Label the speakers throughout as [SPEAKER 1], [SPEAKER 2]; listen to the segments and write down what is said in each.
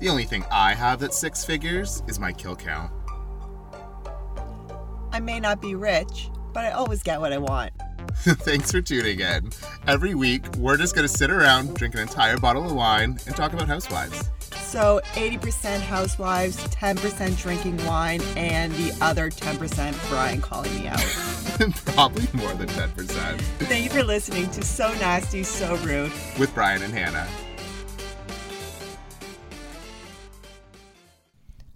[SPEAKER 1] The only thing I have that's six figures is my kill count.
[SPEAKER 2] I may not be rich, but I always get what I want.
[SPEAKER 1] Thanks for tuning in. Every week, we're just going to sit around, drink an entire bottle of wine, and talk about housewives.
[SPEAKER 2] So 80% housewives, 10% drinking wine, and the other 10% Brian calling me out.
[SPEAKER 1] Probably more than 10%.
[SPEAKER 2] Thank you for listening to So Nasty, So Rude.
[SPEAKER 1] With Brian and Hannah.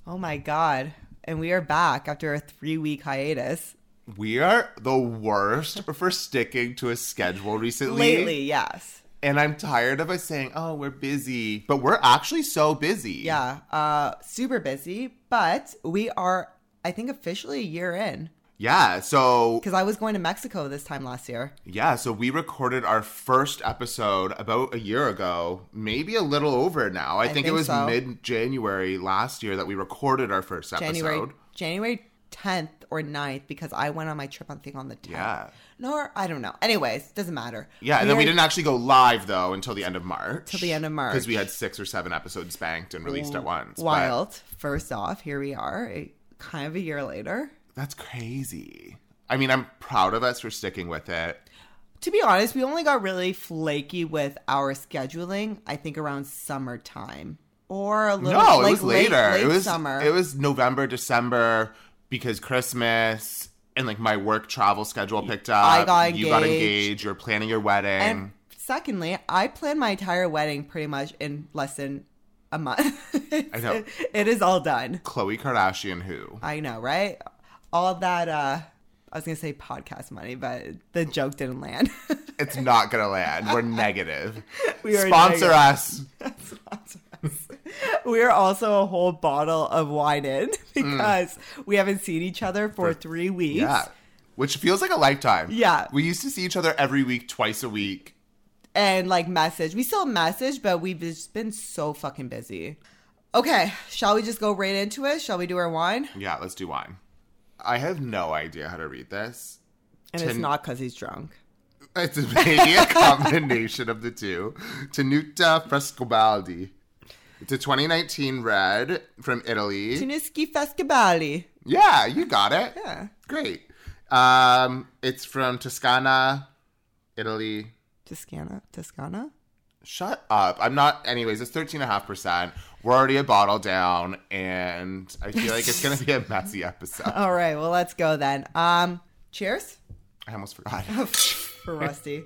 [SPEAKER 2] Oh my God. And we are back after a three week hiatus.
[SPEAKER 1] We are the worst for sticking to a schedule recently.
[SPEAKER 2] Lately, yes.
[SPEAKER 1] And I'm tired of us saying, oh, we're busy. But we're actually so busy.
[SPEAKER 2] Yeah. Uh, super busy, but we are, I think, officially a year in
[SPEAKER 1] Yeah. So,
[SPEAKER 2] because I was going to Mexico this time last year.
[SPEAKER 1] yeah. So we recorded our first episode about a year ago, maybe a little over now. I, think, it
[SPEAKER 2] think
[SPEAKER 1] was
[SPEAKER 2] so.
[SPEAKER 1] mid January last year that we recorded our first episode.
[SPEAKER 2] January January 10th or 9th because I went on my trip on thing on the 10th.
[SPEAKER 1] Yeah.
[SPEAKER 2] Nor I don't know. Anyways, doesn't matter.
[SPEAKER 1] Yeah, and then we
[SPEAKER 2] are
[SPEAKER 1] didn't actually go live though until the end of March.
[SPEAKER 2] Till the end of March.
[SPEAKER 1] because we had six or seven episodes banked and released at once. but
[SPEAKER 2] wild. First off, here we are, a- kind of a year later.
[SPEAKER 1] that's crazy. I mean, I'm proud of us for sticking with it.
[SPEAKER 2] To be honest, we only got really flaky with our scheduling. I think around summertime or a little.
[SPEAKER 1] no,
[SPEAKER 2] like,
[SPEAKER 1] it was
[SPEAKER 2] late-
[SPEAKER 1] later.
[SPEAKER 2] late
[SPEAKER 1] it was
[SPEAKER 2] summer.
[SPEAKER 1] It was November, December because Christmas and like my work travel schedule picked up.
[SPEAKER 2] I got
[SPEAKER 1] You got
[SPEAKER 2] engaged.
[SPEAKER 1] engaged. You're planning your wedding.
[SPEAKER 2] And secondly, I planned my entire wedding pretty much in less than a month.
[SPEAKER 1] I know.
[SPEAKER 2] it is all done.
[SPEAKER 1] Chloe Kardashian, who?
[SPEAKER 2] I know, right? All that uh I was gonna say podcast money, but the joke didn't land.
[SPEAKER 1] It's not gonna land. We're negative.
[SPEAKER 2] We are
[SPEAKER 1] Sponsor
[SPEAKER 2] negative.
[SPEAKER 1] us.
[SPEAKER 2] we are also a whole bottle of wine in because we haven't seen each other for, three weeks.
[SPEAKER 1] Mm. Yeah. Which feels like a lifetime.
[SPEAKER 2] Yeah.
[SPEAKER 1] We used to see each other every week, twice a week.
[SPEAKER 2] And like message. We still message, but we've just been so fucking busy. Okay, shall we just go right into it? Shall we do our wine?
[SPEAKER 1] Yeah, let's do wine. I have no idea how to read this.
[SPEAKER 2] And it's
[SPEAKER 1] Ten-
[SPEAKER 2] not because he's drunk.
[SPEAKER 1] It's maybe a combination of the two. Tenuta Frescobaldi. It's a 2019 red from Italy.
[SPEAKER 2] Tunischi Fescabali.
[SPEAKER 1] Yeah, you got it.
[SPEAKER 2] Yeah.
[SPEAKER 1] Great. Um, it's from Toscana, Italy.
[SPEAKER 2] Toscana. Toscana?
[SPEAKER 1] Shut up. I'm not. Anyways, it's 13.5%. We're already a bottle down, and I feel like it's going to be a messy episode.
[SPEAKER 2] All right, well, let's go then. Um, cheers.
[SPEAKER 1] I almost forgot.
[SPEAKER 2] for Rusty.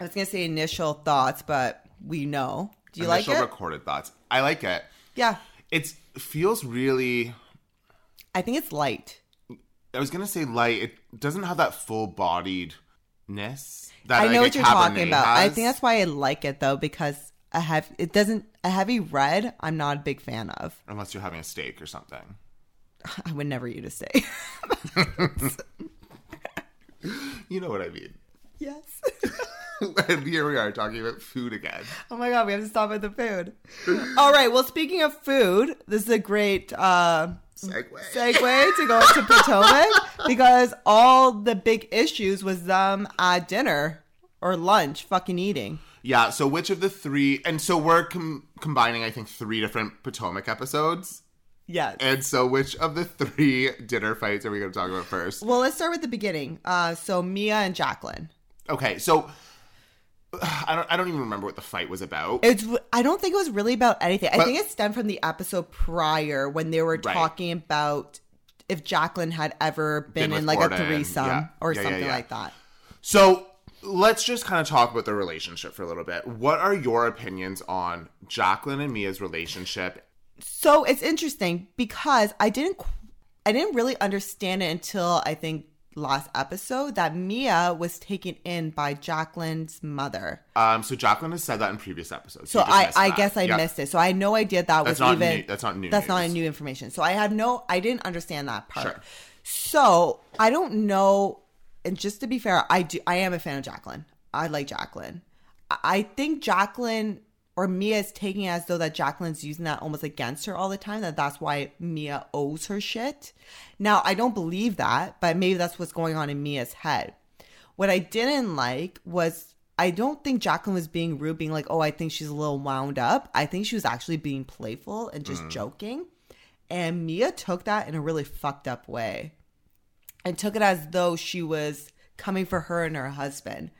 [SPEAKER 2] I was gonna say initial thoughts, but we know. Do you like
[SPEAKER 1] Initial
[SPEAKER 2] it?
[SPEAKER 1] recorded thoughts. I like it.
[SPEAKER 2] yeah,
[SPEAKER 1] It feels really.
[SPEAKER 2] I think it's light.
[SPEAKER 1] I was gonna say light. It doesn't have that full bodiedness. That
[SPEAKER 2] I know
[SPEAKER 1] like,
[SPEAKER 2] what
[SPEAKER 1] a
[SPEAKER 2] you're talking
[SPEAKER 1] Cabernet
[SPEAKER 2] about. I
[SPEAKER 1] has.
[SPEAKER 2] think that's why I like it though because a heavy it doesn't a heavy red. I'm not a big fan of.
[SPEAKER 1] Unless you're having a steak or something.
[SPEAKER 2] I would never eat a steak.
[SPEAKER 1] You know what I mean.
[SPEAKER 2] yes.
[SPEAKER 1] and here we are talking about food again.
[SPEAKER 2] Oh my god, we have to stop at the food. All right. Well, speaking of food, this is a great. Uh,
[SPEAKER 1] Segway.
[SPEAKER 2] segue to go to Potomac because all the big issues was them at dinner or lunch fucking eating.
[SPEAKER 1] yeah. So which of the three? And so we're com- combining, I think, three different Potomac episodes.
[SPEAKER 2] Yes.
[SPEAKER 1] And so which of the three dinner fights are we gonna talk about first?
[SPEAKER 2] well, let's start with the beginning. Uh, so Mia and Jacqueline.
[SPEAKER 1] Okay. So. I don't. I don't even remember what the fight was about.
[SPEAKER 2] It's. I don't think it was really about anything. I
[SPEAKER 1] But-
[SPEAKER 2] think it stemmed from the episode prior when they were talking about if Jacqueline had ever
[SPEAKER 1] Been
[SPEAKER 2] been,
[SPEAKER 1] with
[SPEAKER 2] in like
[SPEAKER 1] Gordon,
[SPEAKER 2] a threesome
[SPEAKER 1] yeah.
[SPEAKER 2] or
[SPEAKER 1] Yeah, yeah,
[SPEAKER 2] something
[SPEAKER 1] yeah.
[SPEAKER 2] like that.
[SPEAKER 1] So let's just kind of talk about their relationship for a little bit. What are your opinions on Jacqueline and Mia's relationship?
[SPEAKER 2] so it's interesting because I didn't qu- I didn't really understand it until I think last episode that Mia was taken in by Jacqueline's mother.
[SPEAKER 1] Um, so Jacqueline has said that in previous episodes.
[SPEAKER 2] So
[SPEAKER 1] You just
[SPEAKER 2] I,
[SPEAKER 1] missed
[SPEAKER 2] I
[SPEAKER 1] that.
[SPEAKER 2] guess I
[SPEAKER 1] Yeah.
[SPEAKER 2] missed it. So I had no idea that
[SPEAKER 1] That's
[SPEAKER 2] was
[SPEAKER 1] not
[SPEAKER 2] even
[SPEAKER 1] new- that's not new
[SPEAKER 2] That's not
[SPEAKER 1] news.
[SPEAKER 2] new information. So I had no I didn't understand that part.
[SPEAKER 1] Sure.
[SPEAKER 2] So I don't know. And just to be fair, I do I am a fan of Jacqueline. I like Jacqueline. I- I think Jacqueline or Mia is taking it as though that Jacqueline's using that almost against her all the time. That that's why Mia owes her shit. Now I don't believe that, but maybe that's what's going on in Mia's head. What I didn't like was I don't think Jacqueline was being rude, being like, oh, I think she's a little wound up. I think she was actually being playful and just joking. And Mia took that in a really fucked up way and took it as though she was coming for her and her husband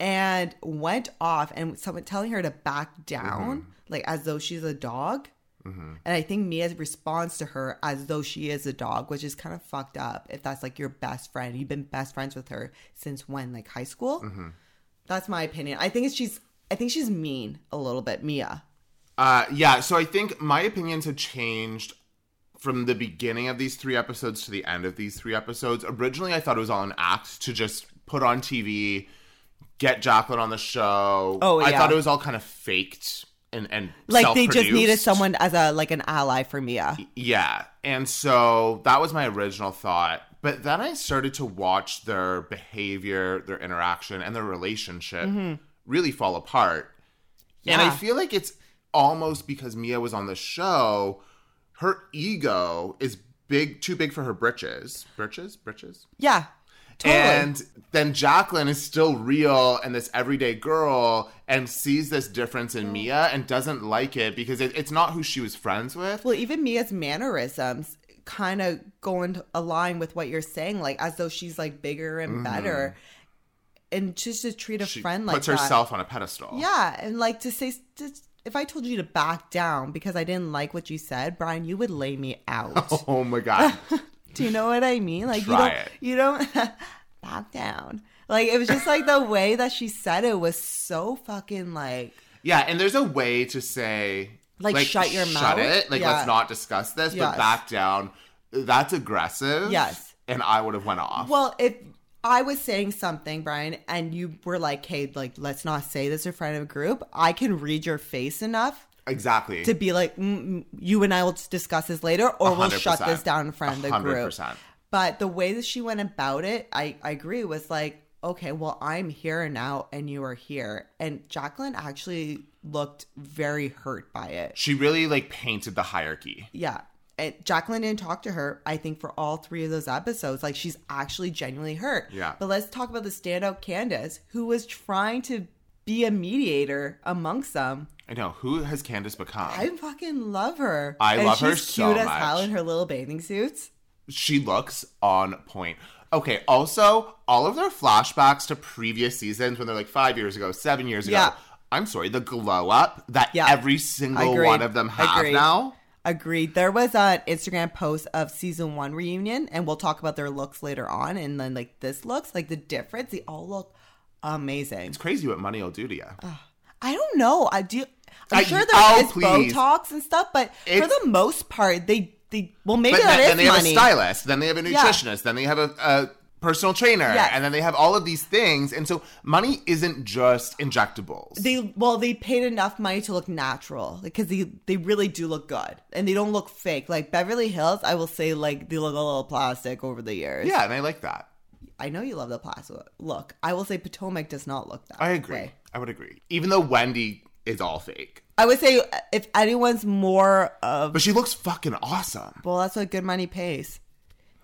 [SPEAKER 2] and went off and someone telling her to back down,
[SPEAKER 1] Mm-hmm.
[SPEAKER 2] like as though she's a dog. And I think Mia responds to her as though she is a dog, which is kind of fucked up. If that's like your best friend, you've been best friends with her since when, like high school.
[SPEAKER 1] Mm-hmm.
[SPEAKER 2] That's my opinion. I think it's, she's, I think she's mean a little bit, Mia.
[SPEAKER 1] Uh, yeah, so I think my opinions have changed from the beginning of these three episodes to the end of these three episodes. Originally, I thought it was all an act to just put on TV, get Jacqueline on the show.
[SPEAKER 2] Oh,
[SPEAKER 1] I
[SPEAKER 2] yeah.
[SPEAKER 1] thought it was all kind of faked and and
[SPEAKER 2] Like they just needed
[SPEAKER 1] self-produced.
[SPEAKER 2] someone as a like an ally for Mia.
[SPEAKER 1] Yeah. And so that was my original thought. But then I started to watch their behavior, their interaction, and their relationship really fall apart. And I
[SPEAKER 2] Mm-hmm. Yeah.
[SPEAKER 1] feel like it's almost because Mia was on the show, her ego is big too big for her britches. Britches? Britches?
[SPEAKER 2] Yeah, totally.
[SPEAKER 1] And then Jacqueline is still real and this everyday girl and sees this difference
[SPEAKER 2] Mm.
[SPEAKER 1] in Mia and doesn't like it because it, it's not who she was friends with.
[SPEAKER 2] Well, even Mia's mannerisms kind of go in line with what you're saying, like as though she's like bigger and better, and just to treat a
[SPEAKER 1] Mm-hmm. she
[SPEAKER 2] friend like
[SPEAKER 1] puts
[SPEAKER 2] that.
[SPEAKER 1] herself on a pedestal.
[SPEAKER 2] Yeah, and like to say, to, if I told you to back down because I didn't like what you said, Brian, you would lay me out.
[SPEAKER 1] Oh my god.
[SPEAKER 2] Do you know what I mean? Like
[SPEAKER 1] Try it.
[SPEAKER 2] you don't, you don't back down. Like it was just like the way that she said it was so fucking like
[SPEAKER 1] yeah, and there's a way to say
[SPEAKER 2] Like, shut your mouth?
[SPEAKER 1] Shut it. Like
[SPEAKER 2] Yeah.
[SPEAKER 1] let's not discuss this,
[SPEAKER 2] Yes.
[SPEAKER 1] but back down. That's aggressive.
[SPEAKER 2] Yes.
[SPEAKER 1] And I would have went off.
[SPEAKER 2] Well, if I was saying something, Brian, and you were like, "Hey, like, let's not say this in front of a group," I can read your face enough
[SPEAKER 1] exactly.
[SPEAKER 2] to be like, mm, mm, "You and I will discuss this later, or we will shut
[SPEAKER 1] 100%.
[SPEAKER 2] this down in front of the group."
[SPEAKER 1] 100%.
[SPEAKER 2] But the way that she went about it, I, I agree, was like, "Okay, well, I'm here now, and you are here." And Jacqueline actually looked very hurt by it.
[SPEAKER 1] she really like painted the hierarchy.
[SPEAKER 2] Yeah. And Jacqueline didn't talk to her, I think, for all three of those episodes. Like, she's actually genuinely hurt.
[SPEAKER 1] Yeah.
[SPEAKER 2] But let's talk about the standout Candace, who was trying to be a mediator amongst them.
[SPEAKER 1] I know. Who has Candace become?
[SPEAKER 2] I fucking love her.
[SPEAKER 1] I
[SPEAKER 2] and
[SPEAKER 1] love her
[SPEAKER 2] she's
[SPEAKER 1] so
[SPEAKER 2] cute as hell
[SPEAKER 1] much.
[SPEAKER 2] in her little bathing suits.
[SPEAKER 1] she looks on point. Okay, also, all of their flashbacks to previous seasons when they're like five years ago, seven years ago.
[SPEAKER 2] Yeah.
[SPEAKER 1] I'm sorry, the glow up that
[SPEAKER 2] Yeah.
[SPEAKER 1] every single
[SPEAKER 2] Agreed.
[SPEAKER 1] one of them have
[SPEAKER 2] Agreed.
[SPEAKER 1] now.
[SPEAKER 2] Agreed. There was an Instagram post of season one reunion, and we'll talk about their looks later on. And then, like, this looks like the difference. They all look amazing.
[SPEAKER 1] It's crazy what money will do to you.
[SPEAKER 2] I don't know. I do. I'm
[SPEAKER 1] I-
[SPEAKER 2] sure there is
[SPEAKER 1] oh, please.
[SPEAKER 2] Botox and stuff, but for
[SPEAKER 1] It's-
[SPEAKER 2] the most part, they they well maybe
[SPEAKER 1] but
[SPEAKER 2] that
[SPEAKER 1] then,
[SPEAKER 2] is
[SPEAKER 1] then they have a
[SPEAKER 2] money.
[SPEAKER 1] stylist, then they have a
[SPEAKER 2] Yeah.
[SPEAKER 1] nutritionist, then they have a, a personal trainer,
[SPEAKER 2] Yes.
[SPEAKER 1] and then they have all of these things. And so money isn't just injectables.
[SPEAKER 2] They well they paid enough money to look natural because they they really do look good and they don't look fake. Like Beverly Hills, I will say like they look a little plastic over the years.
[SPEAKER 1] yeah, and I like that.
[SPEAKER 2] I know you love the plastic look. I will say Potomac does not look that.
[SPEAKER 1] I agree.
[SPEAKER 2] way.
[SPEAKER 1] I would agree. Even though Wendy is all fake,
[SPEAKER 2] I would say uh, if anyone's more of
[SPEAKER 1] but she looks fucking awesome.
[SPEAKER 2] well, that's what good money pays.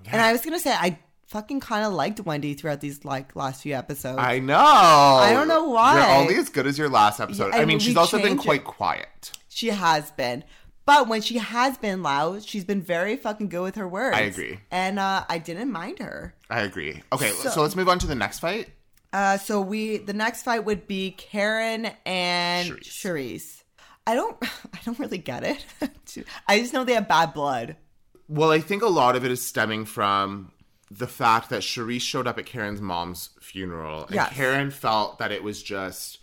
[SPEAKER 2] And I was gonna say I fucking kind of liked Wendy throughout these like last few episodes.
[SPEAKER 1] I know. I
[SPEAKER 2] don't know why.
[SPEAKER 1] You're only as good as your last episode.
[SPEAKER 2] Yeah,
[SPEAKER 1] I
[SPEAKER 2] and
[SPEAKER 1] mean,
[SPEAKER 2] we
[SPEAKER 1] she's also been
[SPEAKER 2] changed it.
[SPEAKER 1] quite quiet.
[SPEAKER 2] She has been. But when she has been loud, she's been very fucking good with her words.
[SPEAKER 1] I agree.
[SPEAKER 2] And uh, I didn't mind her.
[SPEAKER 1] I agree. Okay, so,
[SPEAKER 2] So-
[SPEAKER 1] let's move on to the next fight.
[SPEAKER 2] Uh, so we the next fight would be Karen and
[SPEAKER 1] Charisse.
[SPEAKER 2] Charisse. I don't I don't really get it. I just know they have bad blood.
[SPEAKER 1] Well, I think a lot of it is stemming from the fact that Cherise showed up at Karen's mom's funeral, and
[SPEAKER 2] Yes.
[SPEAKER 1] Karen felt that it was just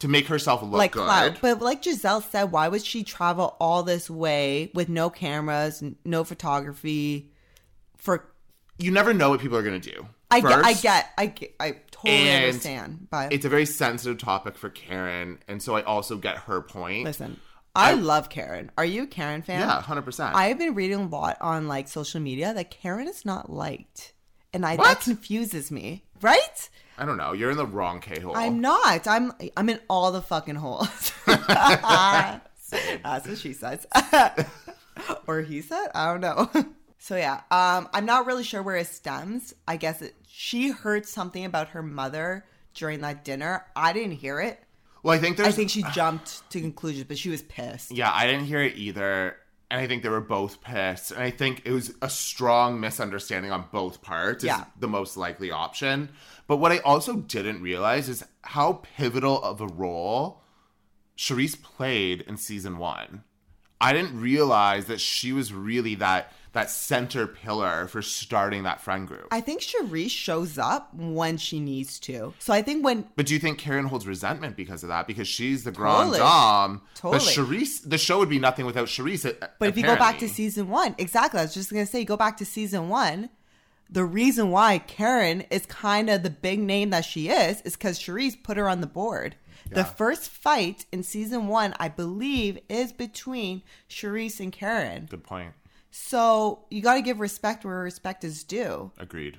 [SPEAKER 1] to make herself look
[SPEAKER 2] Like
[SPEAKER 1] good.
[SPEAKER 2] clout. But like Giselle said, why would she travel all this way with no cameras, n- no photography for
[SPEAKER 1] you never know what people are going to do.
[SPEAKER 2] I get, I
[SPEAKER 1] First,
[SPEAKER 2] get I get I totally
[SPEAKER 1] And
[SPEAKER 2] understand. But
[SPEAKER 1] It's a very sensitive topic for Karen, and so I also get her point.
[SPEAKER 2] Listen, I, love Karen. Are you a Karen fan?
[SPEAKER 1] Yeah, hundred percent.
[SPEAKER 2] I've been reading a lot on like social media that Karen is not liked. And I
[SPEAKER 1] What?
[SPEAKER 2] that confuses me. Right?
[SPEAKER 1] I don't know. You're in the wrong K hole.
[SPEAKER 2] I'm not. I'm I'm in all the fucking holes. That's what she says. or he said? I don't know. So yeah, um I'm not really sure where it stems. I guess it, she heard something about her mother during that dinner. I didn't hear it.
[SPEAKER 1] Well, I think there's.
[SPEAKER 2] I think she jumped to conclusions, but she was pissed.
[SPEAKER 1] Yeah, I didn't hear it either. And I think they were both pissed. And I think it was a strong misunderstanding on both parts, is
[SPEAKER 2] Yeah.
[SPEAKER 1] the most likely option. But what I also didn't realize is how pivotal of a role Charisse played in season one. I didn't realize that she was really that that center pillar for starting that friend group.
[SPEAKER 2] I think Cherise shows up when she needs to. So I think when
[SPEAKER 1] But do you think Karen holds resentment because of that? Because she's the grand
[SPEAKER 2] Totally.
[SPEAKER 1] dame. But
[SPEAKER 2] Totally.
[SPEAKER 1] Charisse, the show would be nothing without Charisse.
[SPEAKER 2] But if you go back to season one, exactly. I was just gonna say, you go back to season one. The reason why Karen is kind of the big name that she is is because Cherise put her on the board. The
[SPEAKER 1] Yeah.
[SPEAKER 2] first fight in season one, I believe, is between Cherise and Karen.
[SPEAKER 1] Good point.
[SPEAKER 2] So you got to give respect where respect is due.
[SPEAKER 1] Agreed.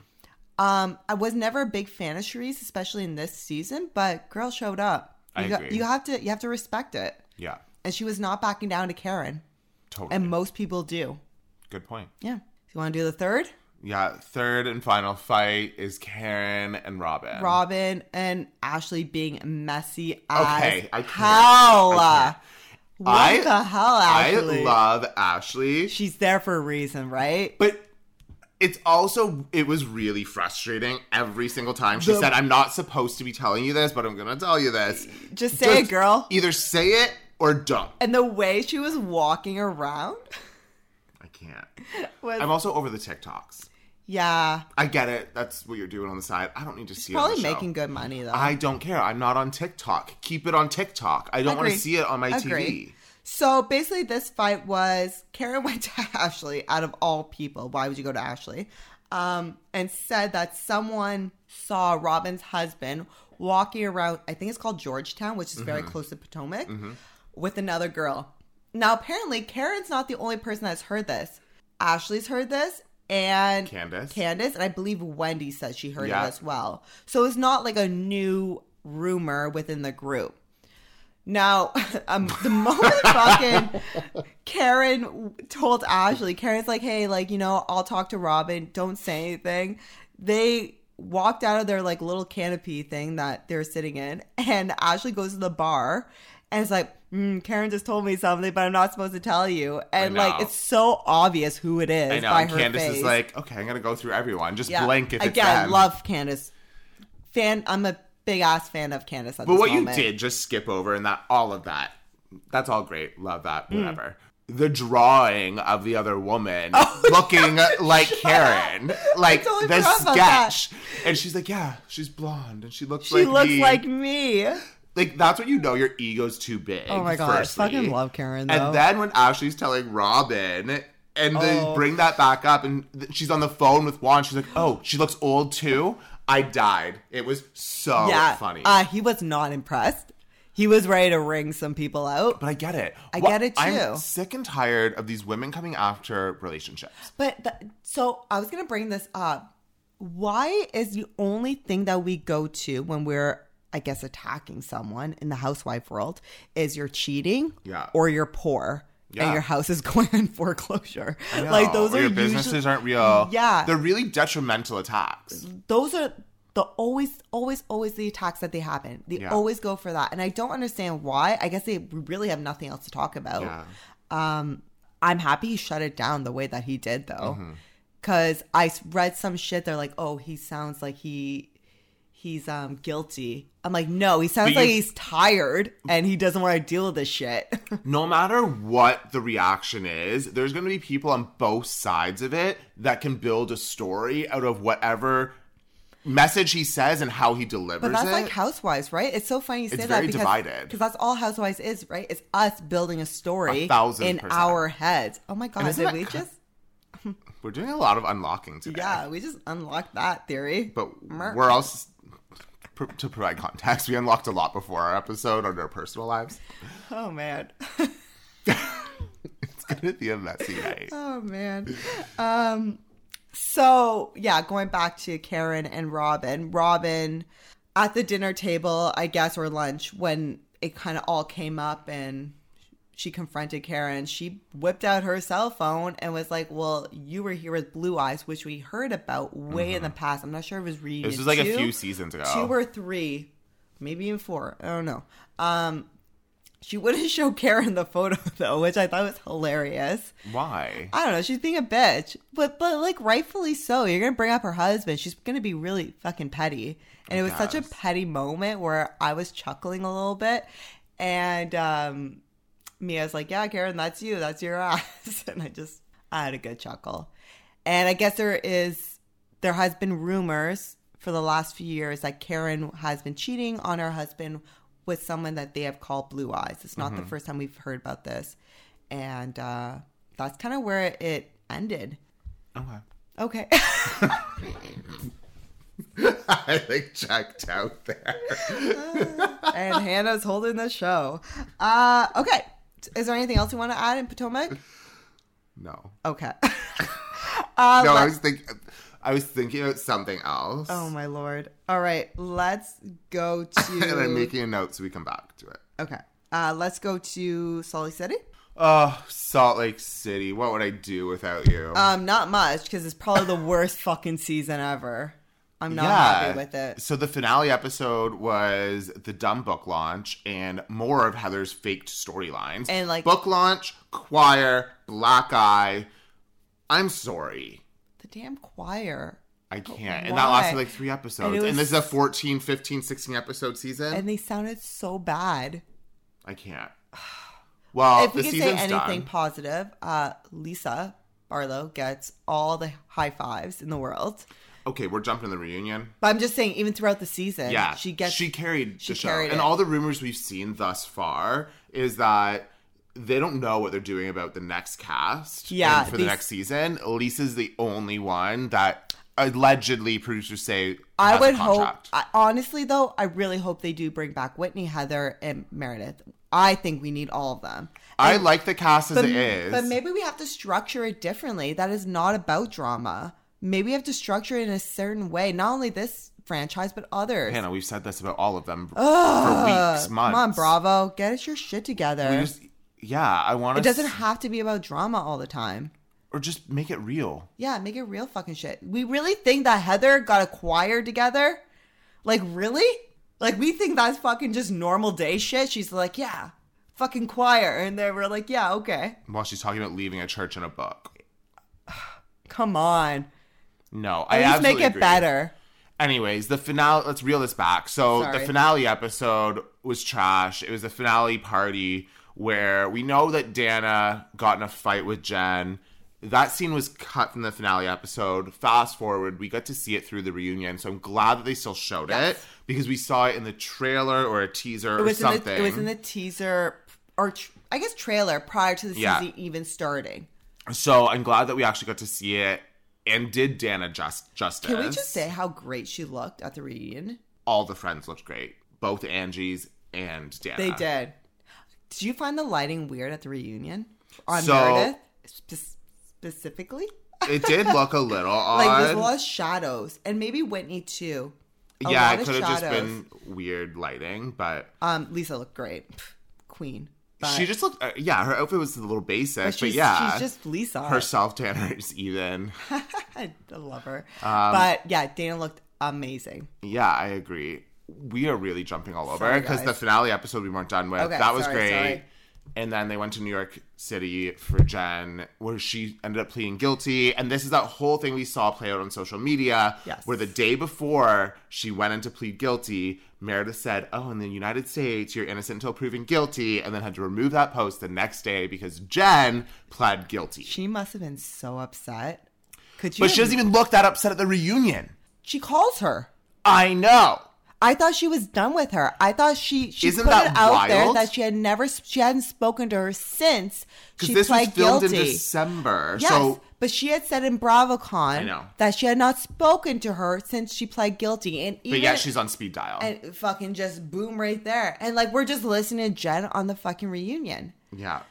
[SPEAKER 2] Um, I was never a big fan of Cherise, especially in this season, but girl showed up. You
[SPEAKER 1] I
[SPEAKER 2] got-
[SPEAKER 1] agree.
[SPEAKER 2] you have to you have to respect it,
[SPEAKER 1] Yeah,
[SPEAKER 2] and she was not backing down to Karen,
[SPEAKER 1] totally.
[SPEAKER 2] and most people do.
[SPEAKER 1] Good point.
[SPEAKER 2] Yeah. You want to do the third?
[SPEAKER 1] Yeah, third and final fight is Karen and Robin.
[SPEAKER 2] Robin and Ashley being messy as
[SPEAKER 1] Okay, I can't.
[SPEAKER 2] hell.
[SPEAKER 1] I can't.
[SPEAKER 2] What
[SPEAKER 1] I-
[SPEAKER 2] the hell,
[SPEAKER 1] I
[SPEAKER 2] Ashley?
[SPEAKER 1] love Ashley.
[SPEAKER 2] She's there for a reason, right?
[SPEAKER 1] But it's also it was really frustrating every single time she
[SPEAKER 2] The-
[SPEAKER 1] said, "I'm not supposed to be telling you this, but I'm gonna tell you this."
[SPEAKER 2] Just say it,
[SPEAKER 1] Just
[SPEAKER 2] girl.
[SPEAKER 1] Either say it or don't.
[SPEAKER 2] And the way she was walking around
[SPEAKER 1] I can't.
[SPEAKER 2] was
[SPEAKER 1] I'm also over the TikToks.
[SPEAKER 2] yeah.
[SPEAKER 1] I get it. That's what you're doing on the side. I don't need to see it. on
[SPEAKER 2] Probably
[SPEAKER 1] the show.
[SPEAKER 2] making good money though.
[SPEAKER 1] I don't care. I'm not on TikTok. Keep it on TikTok. I don't want to
[SPEAKER 2] Agree.
[SPEAKER 1] see it on my
[SPEAKER 2] Agree.
[SPEAKER 1] TV.
[SPEAKER 2] so basically, this fight was Karen went to Ashley out of all people. Why would you go to Ashley? Um, and said that someone saw Robin's husband walking around, I think it's called Georgetown, which is very close to Potomac, with another girl. Now, apparently, Karen's not the only person that's heard this. Ashley's heard this, and
[SPEAKER 1] Candace.
[SPEAKER 2] Candace, and I believe Wendy said she heard
[SPEAKER 1] Yeah.
[SPEAKER 2] it as well. So it's not like a new rumor within the group. Now, um, the moment fucking Karen w- told Ashley, Karen's like, "Hey, like you know, I'll talk to Robin. Don't say anything." They walked out of their like little canopy thing that they were sitting in, and Ashley goes to the bar and is like, mm, "Karen just told me something, but I'm not supposed to tell you." And like,
[SPEAKER 1] know.
[SPEAKER 2] it's so obvious who it is
[SPEAKER 1] I know.
[SPEAKER 2] by
[SPEAKER 1] And
[SPEAKER 2] her
[SPEAKER 1] Candace
[SPEAKER 2] face.
[SPEAKER 1] is like, okay, I'm gonna go through everyone. Just
[SPEAKER 2] Yeah.
[SPEAKER 1] blank if it's
[SPEAKER 2] Again,
[SPEAKER 1] them.
[SPEAKER 2] love Candace. Fan, I'm a big ass fan of Candace. At
[SPEAKER 1] But
[SPEAKER 2] this
[SPEAKER 1] what
[SPEAKER 2] moment.
[SPEAKER 1] you did, just skip over and that all of that. That's all great. Love that.
[SPEAKER 2] Hmm.
[SPEAKER 1] Whatever. The drawing of the other woman
[SPEAKER 2] Oh
[SPEAKER 1] looking like Karen, like
[SPEAKER 2] totally
[SPEAKER 1] the
[SPEAKER 2] forgot about that.
[SPEAKER 1] sketch, and she's like, "Yeah, she's blonde, and she looks
[SPEAKER 2] She
[SPEAKER 1] like
[SPEAKER 2] looks
[SPEAKER 1] me."
[SPEAKER 2] like me. Oh
[SPEAKER 1] like that's what you know. Your ego's too big. Oh
[SPEAKER 2] my god, I
[SPEAKER 1] firstly.
[SPEAKER 2] fucking love Karen though.
[SPEAKER 1] And then when Ashley's telling Robin, and they
[SPEAKER 2] Oh.
[SPEAKER 1] bring that back up, and th- she's on the phone with Juan, she's like, "Oh, she looks old too." I died. It was so
[SPEAKER 2] yeah,
[SPEAKER 1] funny.
[SPEAKER 2] Uh, he was not impressed. He was ready to ring some people out.
[SPEAKER 1] But I get it. I
[SPEAKER 2] get it,
[SPEAKER 1] I'm
[SPEAKER 2] too.
[SPEAKER 1] sick and tired of these women coming after relationships.
[SPEAKER 2] But the, so I was gonna bring this up. Why is the only thing that we go to when we're, I guess, attacking someone in the housewife world is you're cheating,
[SPEAKER 1] Yeah.
[SPEAKER 2] or you're poor
[SPEAKER 1] Yeah.
[SPEAKER 2] and your house is going on foreclosure. Like those
[SPEAKER 1] Or
[SPEAKER 2] are
[SPEAKER 1] your
[SPEAKER 2] usually
[SPEAKER 1] businesses aren't real.
[SPEAKER 2] Yeah. Mm.
[SPEAKER 1] they're really detrimental attacks.
[SPEAKER 2] those are the always always always the attacks that they happen they
[SPEAKER 1] Yeah.
[SPEAKER 2] always go for that and i don't understand why i guess they really have nothing else to talk about
[SPEAKER 1] Yeah.
[SPEAKER 2] i'm happy he shut it down the way that he did though
[SPEAKER 1] Mm-hmm.
[SPEAKER 2] because i s- read some shit they're like oh he sounds like he he's um guilty i'm like no he sounds
[SPEAKER 1] But
[SPEAKER 2] like
[SPEAKER 1] you-
[SPEAKER 2] he's tired and he doesn't want to deal with this shit
[SPEAKER 1] No matter what the reaction is, there's going to be people on both sides of it that can build a story out of whatever message he says and how he delivers
[SPEAKER 2] But that's
[SPEAKER 1] it.
[SPEAKER 2] like Housewives, right? It's so funny you say
[SPEAKER 1] It's
[SPEAKER 2] that
[SPEAKER 1] very
[SPEAKER 2] because
[SPEAKER 1] divided.
[SPEAKER 2] because that's all Housewives is, right? It's us building a story
[SPEAKER 1] A thousand
[SPEAKER 2] in
[SPEAKER 1] percent.
[SPEAKER 2] our heads. Oh my god,
[SPEAKER 1] isn't
[SPEAKER 2] did
[SPEAKER 1] that
[SPEAKER 2] we
[SPEAKER 1] ki-
[SPEAKER 2] just?
[SPEAKER 1] We're doing a lot of unlocking today.
[SPEAKER 2] Yeah, we just unlocked that theory.
[SPEAKER 1] but
[SPEAKER 2] Mer-
[SPEAKER 1] we're also to provide context. We unlocked a lot before our episode on our personal lives.
[SPEAKER 2] oh man,
[SPEAKER 1] It's going to be a messy night.
[SPEAKER 2] oh man. Um, so yeah, going back to Karen and Robin. Robin at the dinner table, I guess, or lunch when it kind of all came up, and she confronted Karen, she whipped out her cell phone and was like, "Well, you were here with Blue Eyes, which we heard about way in the past. I'm not sure if it was reunion.
[SPEAKER 1] This Mm-hmm. was like
[SPEAKER 2] two,
[SPEAKER 1] a few seasons ago.
[SPEAKER 2] two or three, maybe even four. I don't know. Um, she wouldn't show Karen the photo though, which I thought was hilarious.
[SPEAKER 1] Why?
[SPEAKER 2] I don't know. She's being a bitch, but but like rightfully so. You're gonna bring up her husband. She's gonna be really fucking petty, and it was such a
[SPEAKER 1] guess.
[SPEAKER 2] petty moment where I was chuckling a little bit, and um, Mia's like, "Yeah, Karen, that's you. That's your ass," and I just I had a good chuckle, and I guess there is there has been rumors for the last few years that Karen has been cheating on her husband with someone that they have called Blue Eyes. It's not the first time we've heard about this. And uh, that's kind of where it ended.
[SPEAKER 1] okay.
[SPEAKER 2] Okay.
[SPEAKER 1] I like checked out there.
[SPEAKER 2] and Hannah's holding the show. Uh, okay. Is there anything else you want to add in Potomac?
[SPEAKER 1] No.
[SPEAKER 2] Okay.
[SPEAKER 1] no, I was thinking. I was thinking about something else.
[SPEAKER 2] oh my lord. All right. Let's go
[SPEAKER 1] and I'm
[SPEAKER 2] to.
[SPEAKER 1] making a note so we come back to it.
[SPEAKER 2] Okay. Uh, let's go to Salt Lake City.
[SPEAKER 1] Oh, Salt Lake City. What would I do without you?
[SPEAKER 2] Um, not much because it's probably the worst fucking season ever. I'm not happy with it.
[SPEAKER 1] So the finale episode was the dumb book launch and more of Heather's faked storylines.
[SPEAKER 2] And, like-
[SPEAKER 1] book launch, choir, black eye. I'm sorry.
[SPEAKER 2] The damn choir.
[SPEAKER 1] I can't. And that lasted
[SPEAKER 2] why?
[SPEAKER 1] like three episodes.
[SPEAKER 2] And
[SPEAKER 1] And,
[SPEAKER 2] it was-
[SPEAKER 1] this is a 14, 15, 16 episode season.
[SPEAKER 2] And they sounded so bad.
[SPEAKER 1] I can't. Well,
[SPEAKER 2] if we
[SPEAKER 1] Oh, the
[SPEAKER 2] can say
[SPEAKER 1] season's
[SPEAKER 2] anything
[SPEAKER 1] done.
[SPEAKER 2] positive, uh, Lisa Barlow gets all the high fives in the world.
[SPEAKER 1] okay, we're jumping to the reunion.
[SPEAKER 2] But I'm just saying, even throughout the season,
[SPEAKER 1] Yeah,
[SPEAKER 2] she gets.
[SPEAKER 1] she carried
[SPEAKER 2] she
[SPEAKER 1] the show,
[SPEAKER 2] carried
[SPEAKER 1] and
[SPEAKER 2] it.
[SPEAKER 1] all the rumors we've seen thus far is that they don't know what they're doing about the next cast.
[SPEAKER 2] Yeah,
[SPEAKER 1] and for
[SPEAKER 2] they-
[SPEAKER 1] the next season, Lisa's the only one that allegedly producers say
[SPEAKER 2] I
[SPEAKER 1] has a
[SPEAKER 2] would hope.
[SPEAKER 1] contract.
[SPEAKER 2] I, honestly, though, I really hope they do bring back Whitney, Heather, and Meredith. I think we need all of them.
[SPEAKER 1] I like the cast as
[SPEAKER 2] But,
[SPEAKER 1] it is.
[SPEAKER 2] but maybe we have to structure it differently. That is not about drama. Maybe we have to structure it in a certain way. Not only this franchise, but others.
[SPEAKER 1] Hannah, we've said this about all of them for
[SPEAKER 2] Ugh.
[SPEAKER 1] weeks, months.
[SPEAKER 2] Come on, Bravo, get your shit together.
[SPEAKER 1] We just- yeah, I want
[SPEAKER 2] It
[SPEAKER 1] to.
[SPEAKER 2] doesn't have to be about drama all the time.
[SPEAKER 1] or just make it real.
[SPEAKER 2] Yeah, make it real fucking shit. We really think that Heather got a choir together? Like, really? Like, we think that's fucking just normal day shit. She's like, yeah, fucking choir. And they were like, yeah, okay.
[SPEAKER 1] While she's talking about leaving a church in a book.
[SPEAKER 2] Come on.
[SPEAKER 1] No, I
[SPEAKER 2] At least
[SPEAKER 1] absolutely
[SPEAKER 2] make it
[SPEAKER 1] agree.
[SPEAKER 2] better.
[SPEAKER 1] Anyways, the finale. Let's reel this back. So
[SPEAKER 2] Sorry.
[SPEAKER 1] the finale episode was trash. It was a finale party where we know that Dana got in a fight with Jen. That scene was cut from the finale episode. Fast forward, we got to see it through the reunion. So I'm glad that they still showed it because we saw it in the trailer or a teaser
[SPEAKER 2] It
[SPEAKER 1] or
[SPEAKER 2] was, in
[SPEAKER 1] something.
[SPEAKER 2] the, it was in the teaser or tr- I guess trailer prior to the
[SPEAKER 1] Yeah.
[SPEAKER 2] season even starting.
[SPEAKER 1] so I'm glad that we actually got to see it and did Dana just justice.
[SPEAKER 2] Can we just say how great she looked at the reunion?
[SPEAKER 1] all the friends looked great, both Angie's and Dana.
[SPEAKER 2] They did. Did you find the lighting weird at the reunion on
[SPEAKER 1] So-
[SPEAKER 2] Meredith spe- specifically?
[SPEAKER 1] It did look a little odd.
[SPEAKER 2] Like there's a lot of shadows, and maybe Whitney too. A
[SPEAKER 1] yeah,
[SPEAKER 2] lot
[SPEAKER 1] it
[SPEAKER 2] of
[SPEAKER 1] could have just
[SPEAKER 2] shadows.
[SPEAKER 1] been weird lighting, but
[SPEAKER 2] Um, Lisa looked great, Pff, queen. But
[SPEAKER 1] she just looked. Uh, yeah, her outfit was a little basic,
[SPEAKER 2] but
[SPEAKER 1] but,
[SPEAKER 2] she's,
[SPEAKER 1] yeah,
[SPEAKER 2] she's just Lisa.
[SPEAKER 1] herself tanner is even.
[SPEAKER 2] I love her.
[SPEAKER 1] Um,
[SPEAKER 2] but yeah, Dana looked amazing.
[SPEAKER 1] Yeah, I agree. We are really jumping all over
[SPEAKER 2] Sorry,
[SPEAKER 1] because the
[SPEAKER 2] guys.
[SPEAKER 1] finale episode we weren't done with
[SPEAKER 2] Okay,
[SPEAKER 1] that was
[SPEAKER 2] sorry,
[SPEAKER 1] great.
[SPEAKER 2] sorry.
[SPEAKER 1] And then they went to New York City for Jen, where she ended up pleading guilty. And this is that whole thing we saw play out on social media,
[SPEAKER 2] Yes.
[SPEAKER 1] where the day before she went in to plead guilty, Meredith said, "Oh, in the United States, you're innocent until proven guilty," and then had to remove that post the next day because Jen pled guilty.
[SPEAKER 2] She must have been so upset. Could you?
[SPEAKER 1] But she doesn't even look that upset at the reunion.
[SPEAKER 2] She calls her.
[SPEAKER 1] I know.
[SPEAKER 2] I thought she was done with her. I thought she she
[SPEAKER 1] Isn't
[SPEAKER 2] put
[SPEAKER 1] that
[SPEAKER 2] it out there
[SPEAKER 1] wild?
[SPEAKER 2] that she had never she hadn't spoken to her since she
[SPEAKER 1] Because this was
[SPEAKER 2] pled
[SPEAKER 1] filmed
[SPEAKER 2] guilty.
[SPEAKER 1] in December,
[SPEAKER 2] Yes,
[SPEAKER 1] so
[SPEAKER 2] but she had said in BravoCon
[SPEAKER 1] I know.
[SPEAKER 2] that she had not spoken to her since she pled guilty, and even
[SPEAKER 1] But yeah, she's on speed dial.
[SPEAKER 2] and fucking just boom right there, and like we're just listening to Jen on the fucking reunion.
[SPEAKER 1] yeah.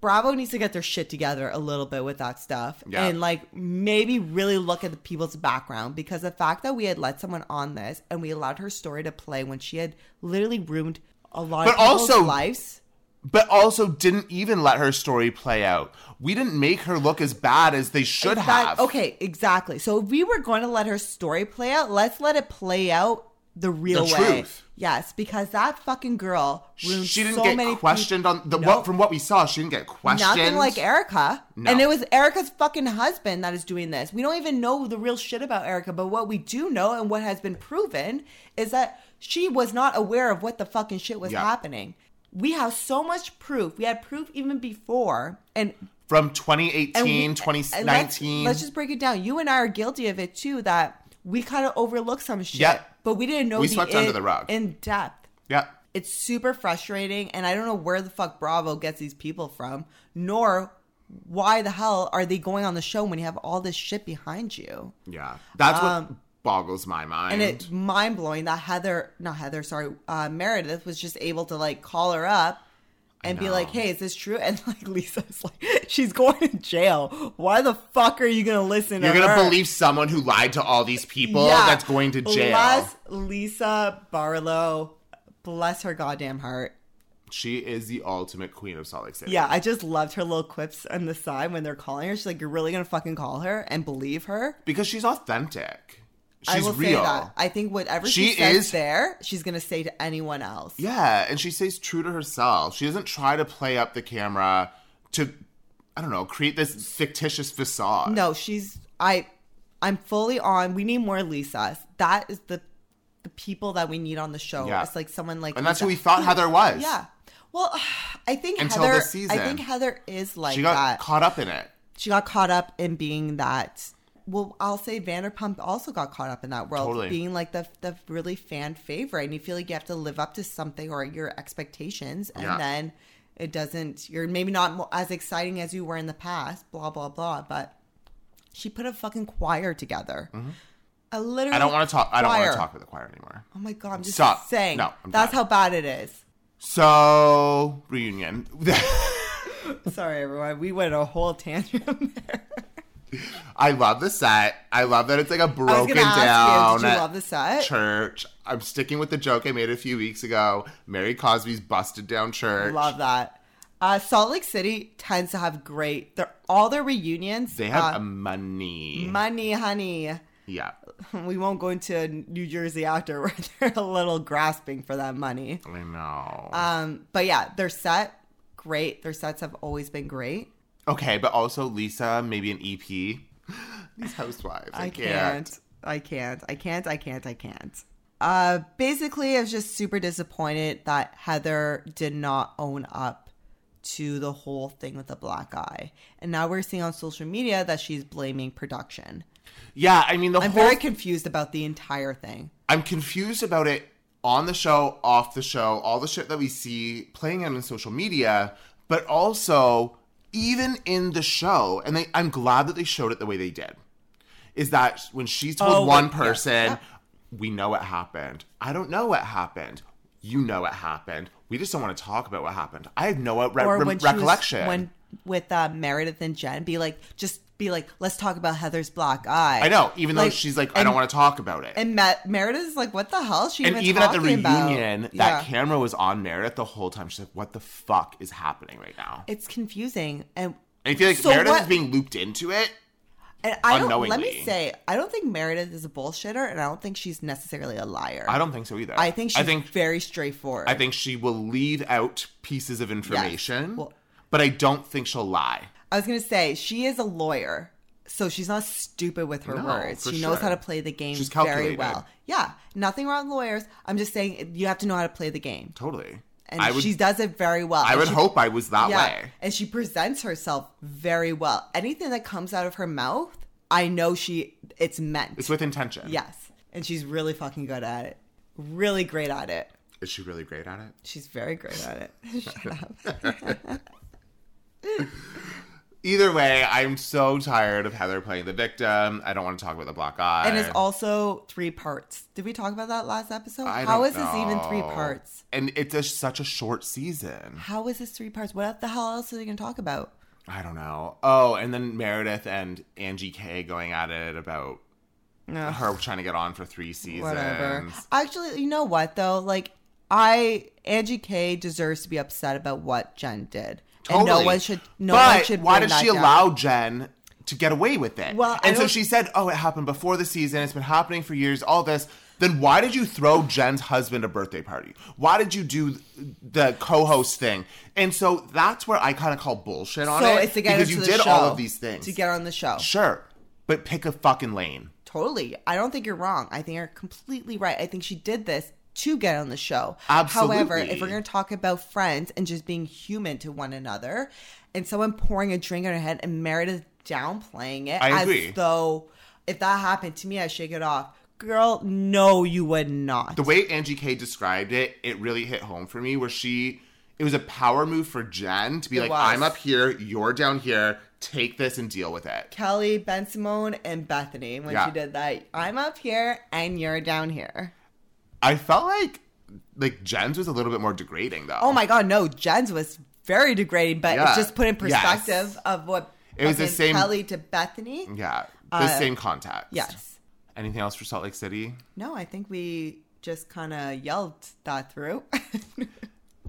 [SPEAKER 2] Bravo needs to get their shit together a little bit with that stuff
[SPEAKER 1] Yeah.
[SPEAKER 2] and like maybe really look at the people's background because the fact that we had let someone on this and we allowed her story to play when she had literally ruined a lot
[SPEAKER 1] But
[SPEAKER 2] of people's
[SPEAKER 1] also-
[SPEAKER 2] lives.
[SPEAKER 1] but also didn't even let her story play out. We didn't make her look as bad as they should
[SPEAKER 2] Is that-
[SPEAKER 1] have.
[SPEAKER 2] okay, exactly. So if we were going to let her story play out, let's let it play out the real
[SPEAKER 1] The
[SPEAKER 2] way.
[SPEAKER 1] truth.
[SPEAKER 2] Yes, because that fucking girl ruined
[SPEAKER 1] She didn't
[SPEAKER 2] so many
[SPEAKER 1] get
[SPEAKER 2] peop-
[SPEAKER 1] questioned on the
[SPEAKER 2] No.
[SPEAKER 1] what from what we saw. She didn't get questioned.
[SPEAKER 2] Nothing like Erica.
[SPEAKER 1] No.
[SPEAKER 2] And it was Erica's fucking husband that is doing this. We don't even know the real shit about Erica, but what we do know and what has been proven is that she was not aware of what the fucking shit was
[SPEAKER 1] Yeah.
[SPEAKER 2] happening. We have so much proof. We had proof even before. And
[SPEAKER 1] from 2018,
[SPEAKER 2] and we- and let's-
[SPEAKER 1] 2019.
[SPEAKER 2] Let's, just break it down. You and I are guilty of it too. That we kind of overlooked some shit,
[SPEAKER 1] Yeah.
[SPEAKER 2] but we didn't know
[SPEAKER 1] We
[SPEAKER 2] the
[SPEAKER 1] swept under the rug.
[SPEAKER 2] in depth.
[SPEAKER 1] yeah.
[SPEAKER 2] It's super frustrating, and I don't know where the fuck Bravo gets these people from, nor why the hell are they going on the show when you have all this shit behind you.
[SPEAKER 1] Yeah. That's what boggles my mind.
[SPEAKER 2] Um, And it's mind blowing that Heather, not Heather, sorry, uh, Meredith was just able to like call her up and be
[SPEAKER 1] know.
[SPEAKER 2] like, hey, is this true? And like Lisa's like, she's going to jail. Why the fuck are you going to listen
[SPEAKER 1] You're
[SPEAKER 2] to
[SPEAKER 1] going to
[SPEAKER 2] her?
[SPEAKER 1] believe someone who lied to all these people
[SPEAKER 2] Yeah.
[SPEAKER 1] that's going to jail.
[SPEAKER 2] Bless Lisa Barlow. Bless her goddamn heart.
[SPEAKER 1] She is the ultimate queen of Salt Lake City.
[SPEAKER 2] Yeah, I just loved her little quips on the side when they're calling her. She's like, you're really going to fucking call her and believe her?
[SPEAKER 1] Because she's authentic. She's
[SPEAKER 2] I will
[SPEAKER 1] real.
[SPEAKER 2] say that. I think whatever she,
[SPEAKER 1] She
[SPEAKER 2] says
[SPEAKER 1] is-
[SPEAKER 2] there, she's going to say to anyone else.
[SPEAKER 1] Yeah, and she stays true to herself. She doesn't try to play up the camera to, I don't know, create this fictitious facade.
[SPEAKER 2] No, she's I I'm fully on. We need more Lisa. That is the the people that we need on the show.
[SPEAKER 1] Yeah.
[SPEAKER 2] It's like someone like
[SPEAKER 1] And that's who we
[SPEAKER 2] Lisa.
[SPEAKER 1] thought Heather was.
[SPEAKER 2] Yeah. Well, I think
[SPEAKER 1] Until
[SPEAKER 2] Heather
[SPEAKER 1] this season.
[SPEAKER 2] I think Heather is like
[SPEAKER 1] She got
[SPEAKER 2] that.
[SPEAKER 1] caught up in it.
[SPEAKER 2] she got caught up in being that well, I'll say Vanderpump also got caught up in that world,
[SPEAKER 1] Totally.
[SPEAKER 2] being like the the really fan favorite, and you feel like you have to live up to something or your expectations, and
[SPEAKER 1] Yeah.
[SPEAKER 2] then it doesn't. You're maybe not mo- as exciting as you were in the past, blah blah blah. But she put a fucking choir together. I literally.
[SPEAKER 1] Mm-hmm. I don't want to talk. I don't want
[SPEAKER 2] choir.
[SPEAKER 1] to talk with the choir anymore.
[SPEAKER 2] Oh my god! I'm just
[SPEAKER 1] Stop.
[SPEAKER 2] saying.
[SPEAKER 1] No, I'm
[SPEAKER 2] that's
[SPEAKER 1] done.
[SPEAKER 2] how bad it is.
[SPEAKER 1] So reunion.
[SPEAKER 2] Sorry, everyone. We went a whole tantrum there.
[SPEAKER 1] I love the set. I love that it's like a
[SPEAKER 2] I was
[SPEAKER 1] broken
[SPEAKER 2] gonna ask
[SPEAKER 1] down.
[SPEAKER 2] you, did you love the set?
[SPEAKER 1] church. I'm sticking with the joke I made a few weeks ago. Mary Cosby's busted down church.
[SPEAKER 2] Love that. Uh, Salt Lake City tends to have great. They're all their reunions.
[SPEAKER 1] They have
[SPEAKER 2] uh,
[SPEAKER 1] a money.
[SPEAKER 2] money, honey.
[SPEAKER 1] yeah,
[SPEAKER 2] We won't go into New Jersey after where they're a little grasping for that money.
[SPEAKER 1] I know.
[SPEAKER 2] Um, but yeah, their set great. Their sets have always been great.
[SPEAKER 1] okay, but also Lisa, maybe an EP. These housewives. I,
[SPEAKER 2] I
[SPEAKER 1] can't.
[SPEAKER 2] can't. I can't. I can't. I can't. I can't. Uh, basically, I was just super disappointed that Heather did not own up to the whole thing with the black eye, and now we're seeing on social media that she's blaming production.
[SPEAKER 1] Yeah, I mean the
[SPEAKER 2] I'm
[SPEAKER 1] whole.
[SPEAKER 2] very confused about the entire thing.
[SPEAKER 1] I'm confused about it on the show, off the show, all the shit that we see playing out on social media, but also even in the show. And they, I'm glad that they showed it the way they did. Is that when she told
[SPEAKER 2] Oh,
[SPEAKER 1] one
[SPEAKER 2] wait, yeah,
[SPEAKER 1] person,
[SPEAKER 2] yeah.
[SPEAKER 1] we know what happened. I don't know what happened. You know what happened. We just don't want to talk about what happened. I have no re- re-
[SPEAKER 2] when she was-
[SPEAKER 1] recollection.
[SPEAKER 2] when with uh, Meredith and Jen, be like, just be like, let's talk about Heather's black eye.
[SPEAKER 1] I know, even though
[SPEAKER 2] Like,
[SPEAKER 1] she's like, I
[SPEAKER 2] and-
[SPEAKER 1] don't want to talk about it.
[SPEAKER 2] And Ma- Meredith is like, what the hell? Is she
[SPEAKER 1] and
[SPEAKER 2] even,
[SPEAKER 1] even at the
[SPEAKER 2] talking about?"
[SPEAKER 1] reunion, that
[SPEAKER 2] Yeah.
[SPEAKER 1] camera was on Meredith the whole time. She's like, "What the fuck is happening right now?"
[SPEAKER 2] it's confusing and.
[SPEAKER 1] And I feel like
[SPEAKER 2] So
[SPEAKER 1] Meredith is
[SPEAKER 2] what-
[SPEAKER 1] being looped into it.
[SPEAKER 2] And I don't. Let me
[SPEAKER 1] unknowingly.
[SPEAKER 2] say, I don't think Meredith is a bullshitter, and I don't think she's necessarily a liar.
[SPEAKER 1] I don't think so either.
[SPEAKER 2] I think she's
[SPEAKER 1] I think
[SPEAKER 2] very straightforward.
[SPEAKER 1] I think she will leave out pieces of information,
[SPEAKER 2] Well-
[SPEAKER 1] but I don't think she'll lie.
[SPEAKER 2] I was gonna say she is a lawyer, so she's not stupid with her
[SPEAKER 1] No,
[SPEAKER 2] words.
[SPEAKER 1] for
[SPEAKER 2] She knows
[SPEAKER 1] sure.
[SPEAKER 2] how to play the game
[SPEAKER 1] She's
[SPEAKER 2] very
[SPEAKER 1] calculated.
[SPEAKER 2] well. Yeah, nothing wrong with lawyers. I'm just saying you have to know how to play the game,
[SPEAKER 1] Totally.
[SPEAKER 2] and
[SPEAKER 1] I would.
[SPEAKER 2] she does it very well.
[SPEAKER 1] I
[SPEAKER 2] And
[SPEAKER 1] would
[SPEAKER 2] she-
[SPEAKER 1] hope I was that way.
[SPEAKER 2] and she presents herself very well. Anything that comes out of her mouth, I know she it's meant.
[SPEAKER 1] It's with intention.
[SPEAKER 2] yes, and she's really fucking good at it. Really great at it.
[SPEAKER 1] Is she really great at it?
[SPEAKER 2] She's very great at it. Shut up.
[SPEAKER 1] Either way, I'm so tired of Heather playing the victim. I don't want to talk about the black eye.
[SPEAKER 2] And it's also three parts. Did we talk about that last episode?
[SPEAKER 1] I
[SPEAKER 2] How
[SPEAKER 1] don't
[SPEAKER 2] is this even three
[SPEAKER 1] know.
[SPEAKER 2] parts?
[SPEAKER 1] And it's a, such a short season.
[SPEAKER 2] How is this three parts? What the hell else are they going to talk about?
[SPEAKER 1] I don't know. Oh, and then Meredith and Angie K going at it about
[SPEAKER 2] No.
[SPEAKER 1] her trying to get on for three seasons.
[SPEAKER 2] Whatever. Actually, you know what though? Like I Angie K deserves to be upset about what Jen did. And no
[SPEAKER 1] Totally.
[SPEAKER 2] one should no
[SPEAKER 1] but
[SPEAKER 2] one should
[SPEAKER 1] why
[SPEAKER 2] bring
[SPEAKER 1] did
[SPEAKER 2] that
[SPEAKER 1] she
[SPEAKER 2] down.
[SPEAKER 1] allow Jen to get away with it?
[SPEAKER 2] Well, I
[SPEAKER 1] and so
[SPEAKER 2] don't-
[SPEAKER 1] she said, "Oh, it happened before the season. It's been happening for years. All this." Then why did you throw Jen's husband a birthday party? Why did you do the co-host thing? And so that's where I kind of call bullshit on
[SPEAKER 2] so
[SPEAKER 1] it
[SPEAKER 2] it's to get her
[SPEAKER 1] because
[SPEAKER 2] to
[SPEAKER 1] you
[SPEAKER 2] the
[SPEAKER 1] did
[SPEAKER 2] show,
[SPEAKER 1] all of these things.
[SPEAKER 2] to get her on the show.
[SPEAKER 1] sure, but pick a fucking lane.
[SPEAKER 2] Totally. I don't think you're wrong. I think you're completely right. I think she did this to get on the show. However,
[SPEAKER 1] Absolutely.
[SPEAKER 2] if we're going to talk about friends and just being human to one another, and someone pouring a drink on her head and Meredith downplaying it
[SPEAKER 1] I
[SPEAKER 2] as
[SPEAKER 1] agree.
[SPEAKER 2] though if that happened to me, I shake it off. Girl, no, you would not.
[SPEAKER 1] the way Angie K described it, it really hit home for me. Where she, it was a power move for Jen to be
[SPEAKER 2] It
[SPEAKER 1] like,
[SPEAKER 2] was.
[SPEAKER 1] "I'm up here, you're down here. Take this and deal with it."
[SPEAKER 2] Kelly, Ben Simone, and Bethany, when
[SPEAKER 1] Yeah.
[SPEAKER 2] she did that, I'm up here and you're down here.
[SPEAKER 1] I felt like like Jen's was a little bit more degrading though.
[SPEAKER 2] Oh my God, no, Jen's was very degrading, but
[SPEAKER 1] Yeah.
[SPEAKER 2] it's just put in
[SPEAKER 1] Yes.
[SPEAKER 2] perspective of what
[SPEAKER 1] It was the
[SPEAKER 2] fucking
[SPEAKER 1] same- Mm.
[SPEAKER 2] Kelly to Bethany.
[SPEAKER 1] Yeah, the
[SPEAKER 2] Uh,
[SPEAKER 1] same context.
[SPEAKER 2] Yes.
[SPEAKER 1] Anything else for Salt Lake City?
[SPEAKER 2] No, I think we just kind of yelled that through.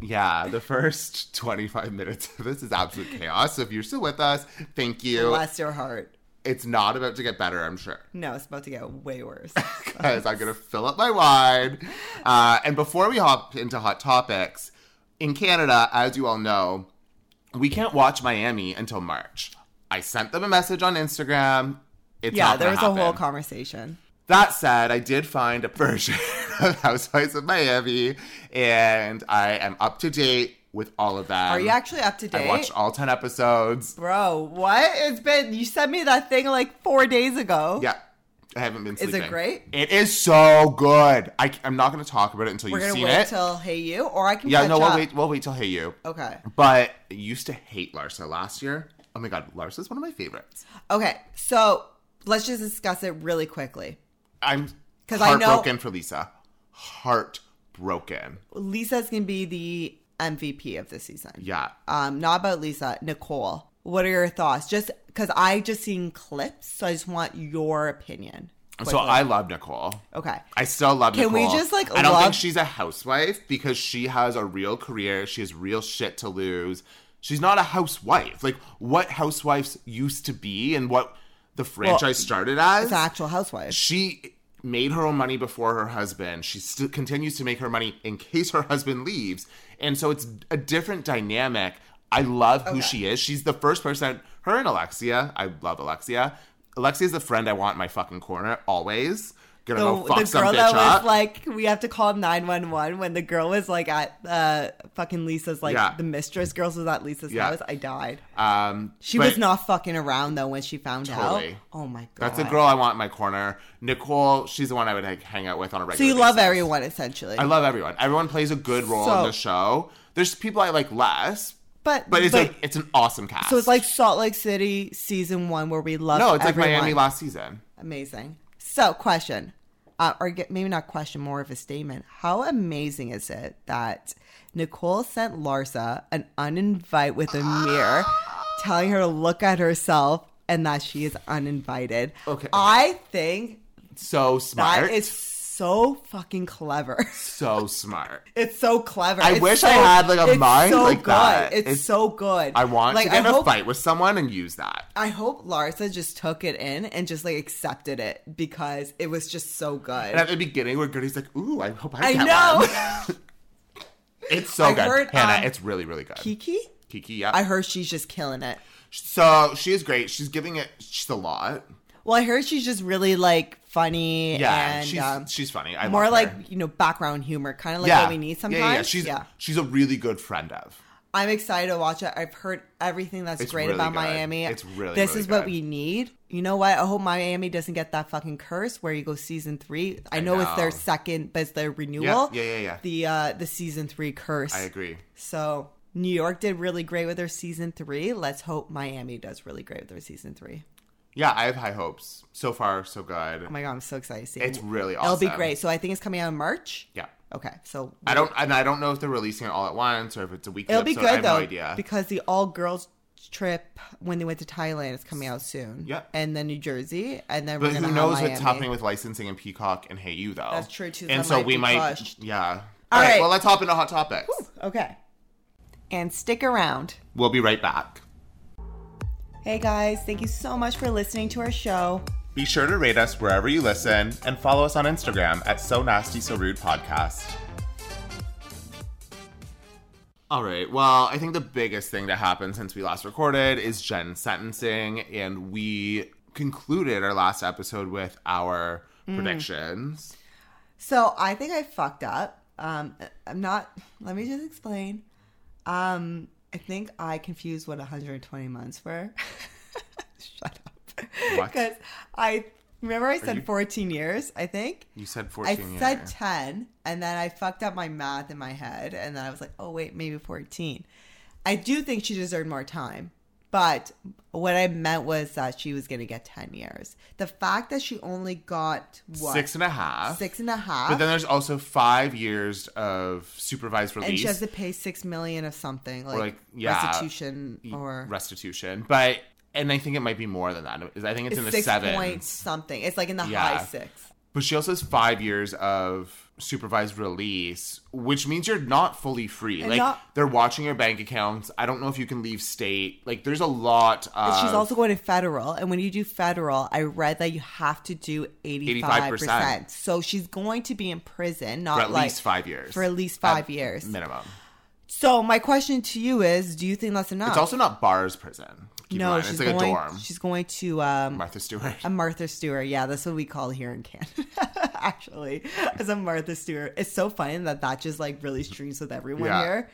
[SPEAKER 1] Yeah, the first 25 minutes of this is absolute chaos. So if you're still with us, thank you.
[SPEAKER 2] Bless your heart.
[SPEAKER 1] It's not about to get better, I'm sure.
[SPEAKER 2] No, it's about to get way worse.
[SPEAKER 1] because I'm gonna fill up my wine. Uh, and before we hop into hot topics, in Canada, as you all know, we can't watch Miami until March. I sent them a message on Instagram. It's
[SPEAKER 2] yeah,
[SPEAKER 1] not
[SPEAKER 2] there
[SPEAKER 1] gonna
[SPEAKER 2] was a whole
[SPEAKER 1] happen.
[SPEAKER 2] conversation.
[SPEAKER 1] That said, I did find a version of Housewives of Miami, and I am up to date with all of that.
[SPEAKER 2] Are you actually up to
[SPEAKER 1] I
[SPEAKER 2] date?
[SPEAKER 1] watched all ten episodes.
[SPEAKER 2] Bro, what? It's been, you sent me that thing like four days ago.
[SPEAKER 1] Yeah. I haven't been
[SPEAKER 2] it
[SPEAKER 1] sleeping.
[SPEAKER 2] great?
[SPEAKER 1] It is so good. I, am not going to talk about it until
[SPEAKER 2] We're
[SPEAKER 1] you've
[SPEAKER 2] going to
[SPEAKER 1] seen
[SPEAKER 2] wait
[SPEAKER 1] it.
[SPEAKER 2] till Hey You, or I can
[SPEAKER 1] yeah,
[SPEAKER 2] catch
[SPEAKER 1] no,
[SPEAKER 2] up.
[SPEAKER 1] we'll wait. We'll wait till Hey You.
[SPEAKER 2] Okay.
[SPEAKER 1] But I used to hate Larsa last year. Oh my god, Larsa's one of my favorites.
[SPEAKER 2] Okay, so let's just discuss it really quickly.
[SPEAKER 1] I'm
[SPEAKER 2] 'Cause I know-
[SPEAKER 1] heartbroken for Lisa. Heartbroken.
[SPEAKER 2] Lisa's going to be the MVP of this season.
[SPEAKER 1] Yeah.
[SPEAKER 2] um, not about Lisa, Nicole. What are your thoughts? Just because I just seen clips, so I just want your opinion.
[SPEAKER 1] So I love Nicole.
[SPEAKER 2] okay,
[SPEAKER 1] I still love
[SPEAKER 2] Can we
[SPEAKER 1] Nicole.
[SPEAKER 2] just, like,
[SPEAKER 1] I don't
[SPEAKER 2] love-
[SPEAKER 1] think she's a housewife because she has a real career. She has real shit to lose. She's not a housewife. Like what housewives used to be and what the franchise started as.
[SPEAKER 2] it's an actual housewife.
[SPEAKER 1] She made her own money before her husband. She still continues to make her money in case her husband leaves. And so it's a different dynamic. I love who
[SPEAKER 2] Okay.
[SPEAKER 1] she is. She's the first person, her and Alexia. I love Alexia. Alexia's the friend I want in my fucking corner always. Gonna
[SPEAKER 2] The,
[SPEAKER 1] go fuck
[SPEAKER 2] the
[SPEAKER 1] some
[SPEAKER 2] girl
[SPEAKER 1] bitch
[SPEAKER 2] that
[SPEAKER 1] up.
[SPEAKER 2] was like, we have to call nine one one when the girl was like at uh, fucking Lisa's, like
[SPEAKER 1] Yeah.
[SPEAKER 2] the mistress girls was at Lisa's
[SPEAKER 1] Yeah.
[SPEAKER 2] house. I died.
[SPEAKER 1] um,
[SPEAKER 2] She
[SPEAKER 1] but
[SPEAKER 2] was not fucking around though when she found out.
[SPEAKER 1] Totally.
[SPEAKER 2] Oh my god,
[SPEAKER 1] That's the girl I want in my corner. Nicole, she's the one I would like, hang out with on a regular
[SPEAKER 2] So you love
[SPEAKER 1] basis.
[SPEAKER 2] everyone essentially,
[SPEAKER 1] I love everyone. Everyone plays a good role
[SPEAKER 2] So-
[SPEAKER 1] in the show. There's people I like less,
[SPEAKER 2] but
[SPEAKER 1] but it's a, it's an awesome cast.
[SPEAKER 2] so it's like Salt Lake City season one where we love.
[SPEAKER 1] No, it's like
[SPEAKER 2] everyone.
[SPEAKER 1] Miami last season.
[SPEAKER 2] Amazing. So, question, uh, or get, maybe not question, more of a statement. How amazing is it that Nicole sent Larsa an uninvite with a mirror, telling her to look at herself and that she is uninvited?
[SPEAKER 1] Okay.
[SPEAKER 2] I think
[SPEAKER 1] So
[SPEAKER 2] that
[SPEAKER 1] smart.
[SPEAKER 2] is so fucking clever.
[SPEAKER 1] so smart.
[SPEAKER 2] It's so clever.
[SPEAKER 1] I
[SPEAKER 2] It's
[SPEAKER 1] wish
[SPEAKER 2] so-
[SPEAKER 1] I had, like, a
[SPEAKER 2] it's
[SPEAKER 1] mind
[SPEAKER 2] so
[SPEAKER 1] like
[SPEAKER 2] good.
[SPEAKER 1] that.
[SPEAKER 2] It's,
[SPEAKER 1] It's-
[SPEAKER 2] so good.
[SPEAKER 1] I want
[SPEAKER 2] like
[SPEAKER 1] to get
[SPEAKER 2] I
[SPEAKER 1] in
[SPEAKER 2] hope
[SPEAKER 1] a fight with someone and use that.
[SPEAKER 2] I hope Larsa just took it in and just like accepted it because it was just so good.
[SPEAKER 1] And at the beginning, where Gertie's like, "Ooh, I hope I,
[SPEAKER 2] I
[SPEAKER 1] get
[SPEAKER 2] know.
[SPEAKER 1] one." It's so
[SPEAKER 2] I
[SPEAKER 1] good,
[SPEAKER 2] heard,
[SPEAKER 1] Hannah.
[SPEAKER 2] um,
[SPEAKER 1] it's really, really good.
[SPEAKER 2] Kiki?
[SPEAKER 1] Kiki, yeah.
[SPEAKER 2] I heard she's just killing it.
[SPEAKER 1] so she is great. She's giving it. She's a lot.
[SPEAKER 2] Well, I heard she's just really like funny
[SPEAKER 1] Yeah,
[SPEAKER 2] and
[SPEAKER 1] she's
[SPEAKER 2] um,
[SPEAKER 1] she's funny. I
[SPEAKER 2] more
[SPEAKER 1] love
[SPEAKER 2] like,
[SPEAKER 1] her.
[SPEAKER 2] you know, background humor, kind of like what we need
[SPEAKER 1] Yeah,
[SPEAKER 2] sometimes.
[SPEAKER 1] yeah, yeah. She's she's a really good friend of.
[SPEAKER 2] I'm excited to watch it. I've heard everything that's
[SPEAKER 1] It's
[SPEAKER 2] great
[SPEAKER 1] really
[SPEAKER 2] about
[SPEAKER 1] good.
[SPEAKER 2] Miami.
[SPEAKER 1] It's really,
[SPEAKER 2] This
[SPEAKER 1] really
[SPEAKER 2] is what
[SPEAKER 1] good.
[SPEAKER 2] we need. You know what? I hope Miami doesn't get that fucking curse where you go season three. I, know, it's their
[SPEAKER 1] know.
[SPEAKER 2] second, but it's their renewal.
[SPEAKER 1] yeah, yeah, yeah.
[SPEAKER 2] The uh the season three curse.
[SPEAKER 1] I agree.
[SPEAKER 2] So New York did really great with their season three. Let's hope Miami does really great with their season three.
[SPEAKER 1] Yeah, I have high hopes. So far, so good.
[SPEAKER 2] Oh my god, I'm so excited to see
[SPEAKER 1] It's
[SPEAKER 2] it.
[SPEAKER 1] really
[SPEAKER 2] It'll be
[SPEAKER 1] awesome.
[SPEAKER 2] great. So I think it's coming out in March.
[SPEAKER 1] yeah.
[SPEAKER 2] Okay, so
[SPEAKER 1] I don't, and I don't know if they're releasing it all at once or if it's a weekly.
[SPEAKER 2] It'll be
[SPEAKER 1] episode.
[SPEAKER 2] good
[SPEAKER 1] I have
[SPEAKER 2] though,
[SPEAKER 1] No idea.
[SPEAKER 2] because the all girls trip when they went to Thailand is coming out soon.
[SPEAKER 1] Yep.
[SPEAKER 2] and then New Jersey, and then
[SPEAKER 1] But
[SPEAKER 2] we're
[SPEAKER 1] who
[SPEAKER 2] gonna
[SPEAKER 1] knows
[SPEAKER 2] have
[SPEAKER 1] what's
[SPEAKER 2] Miami.
[SPEAKER 1] happening with licensing and Peacock and Hey You though?
[SPEAKER 2] That's true, too.
[SPEAKER 1] And
[SPEAKER 2] That
[SPEAKER 1] so
[SPEAKER 2] might
[SPEAKER 1] we
[SPEAKER 2] be
[SPEAKER 1] might,
[SPEAKER 2] crushed.
[SPEAKER 1] yeah. All right,
[SPEAKER 2] right.
[SPEAKER 1] Well, let's hop into hot topics.
[SPEAKER 2] Okay. And stick around.
[SPEAKER 1] We'll be right back.
[SPEAKER 2] Hey guys, thank you so much for listening to our show.
[SPEAKER 1] Be sure to rate us wherever you listen and follow us on Instagram at So Nasty So Rude Podcast. All right. Well, I think the biggest thing that happened since we last recorded is Jen's sentencing, and we concluded our last episode with our
[SPEAKER 2] Mm.
[SPEAKER 1] predictions.
[SPEAKER 2] So I think I fucked up. Um, I'm not. Let me just explain. Um, I think I confused what 120 months were. Shut up.
[SPEAKER 1] What?
[SPEAKER 2] Because I remember I said
[SPEAKER 1] you-
[SPEAKER 2] 14 years. I think
[SPEAKER 1] You said
[SPEAKER 2] I
[SPEAKER 1] 14
[SPEAKER 2] said
[SPEAKER 1] years.
[SPEAKER 2] 10, and then I fucked up my math in my head, and then I was like, oh wait, maybe 14. I do think she deserved more time, but what I meant was that she was going to get 10 years. The fact that she only got what
[SPEAKER 1] Six and a half.
[SPEAKER 2] six and a half.
[SPEAKER 1] But then there's also five years of supervised release.
[SPEAKER 2] and she has to pay six million of something like,
[SPEAKER 1] like, yeah,
[SPEAKER 2] restitution or
[SPEAKER 1] restitution. But and I think it might be more than that. I think it's, in the
[SPEAKER 2] six
[SPEAKER 1] sevens.
[SPEAKER 2] point something. It's like in the
[SPEAKER 1] Yeah.
[SPEAKER 2] high six.
[SPEAKER 1] But she also has five years of supervised release, which means you're not fully free. like
[SPEAKER 2] not-
[SPEAKER 1] they're watching your bank accounts. I don't know if you can leave state. Like there's a lot of
[SPEAKER 2] But she's also going to federal, and when you do federal, I read that you have to do eighty five
[SPEAKER 1] 85%.
[SPEAKER 2] percent. So she's going to be in prison, not
[SPEAKER 1] for at
[SPEAKER 2] like
[SPEAKER 1] least five years.
[SPEAKER 2] for at least five years.
[SPEAKER 1] minimum.
[SPEAKER 2] So my question to you is: Do you think that's enough?
[SPEAKER 1] It's also not bars prison. Keep in
[SPEAKER 2] no,
[SPEAKER 1] mind.
[SPEAKER 2] she's
[SPEAKER 1] it's like
[SPEAKER 2] going.
[SPEAKER 1] a dorm.
[SPEAKER 2] She's going to um,
[SPEAKER 1] Martha Stewart.
[SPEAKER 2] A Martha Stewart. Yeah, that's what we call here in Canada. Actually, as a Martha Stewart, it's so funny that that just like really streams with everyone
[SPEAKER 1] Yeah.
[SPEAKER 2] here.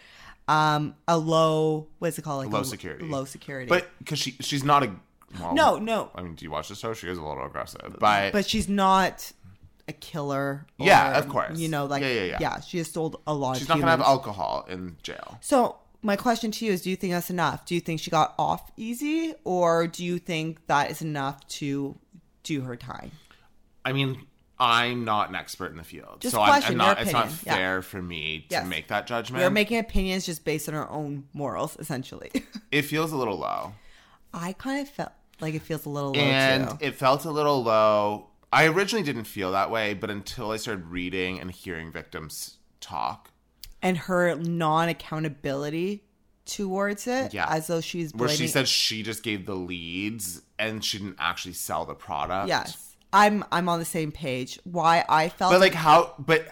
[SPEAKER 2] Um, a low, what's it called? Like
[SPEAKER 1] Low
[SPEAKER 2] a-
[SPEAKER 1] security.
[SPEAKER 2] Low security.
[SPEAKER 1] But because she she's not a well,
[SPEAKER 2] no, no.
[SPEAKER 1] I mean, do you watch the show? She is a little aggressive, but,
[SPEAKER 2] But she's not a killer. or,
[SPEAKER 1] Yeah, of course.
[SPEAKER 2] You know, like
[SPEAKER 1] Yeah, yeah, yeah.
[SPEAKER 2] she has sold a lot.
[SPEAKER 1] she's
[SPEAKER 2] of
[SPEAKER 1] not gonna have
[SPEAKER 2] humans.
[SPEAKER 1] alcohol in jail.
[SPEAKER 2] So my question to you is: Do you think that's enough? Do you think she got off easy, or do you think that is enough to do her time?
[SPEAKER 1] I mean, I'm not an expert in the field,
[SPEAKER 2] Just
[SPEAKER 1] so I'm, I'm
[SPEAKER 2] question
[SPEAKER 1] not.
[SPEAKER 2] your
[SPEAKER 1] It's not
[SPEAKER 2] opinion, yeah.
[SPEAKER 1] fair for me to
[SPEAKER 2] Yes.
[SPEAKER 1] make that judgment.
[SPEAKER 2] We are making opinions just based on our own morals, essentially.
[SPEAKER 1] it feels a little
[SPEAKER 2] Oh,
[SPEAKER 1] low,
[SPEAKER 2] I kind of felt like it feels a little low
[SPEAKER 1] and
[SPEAKER 2] too.
[SPEAKER 1] it felt a little low. I originally didn't feel that way, but until I started reading and hearing victims talk,
[SPEAKER 2] and her non accountability towards it,
[SPEAKER 1] Yeah.
[SPEAKER 2] as though she's
[SPEAKER 1] where
[SPEAKER 2] blaming.
[SPEAKER 1] she said she just gave the leads and she didn't actually sell the product.
[SPEAKER 2] yes, I'm I'm on the same page. Why I felt
[SPEAKER 1] but like how but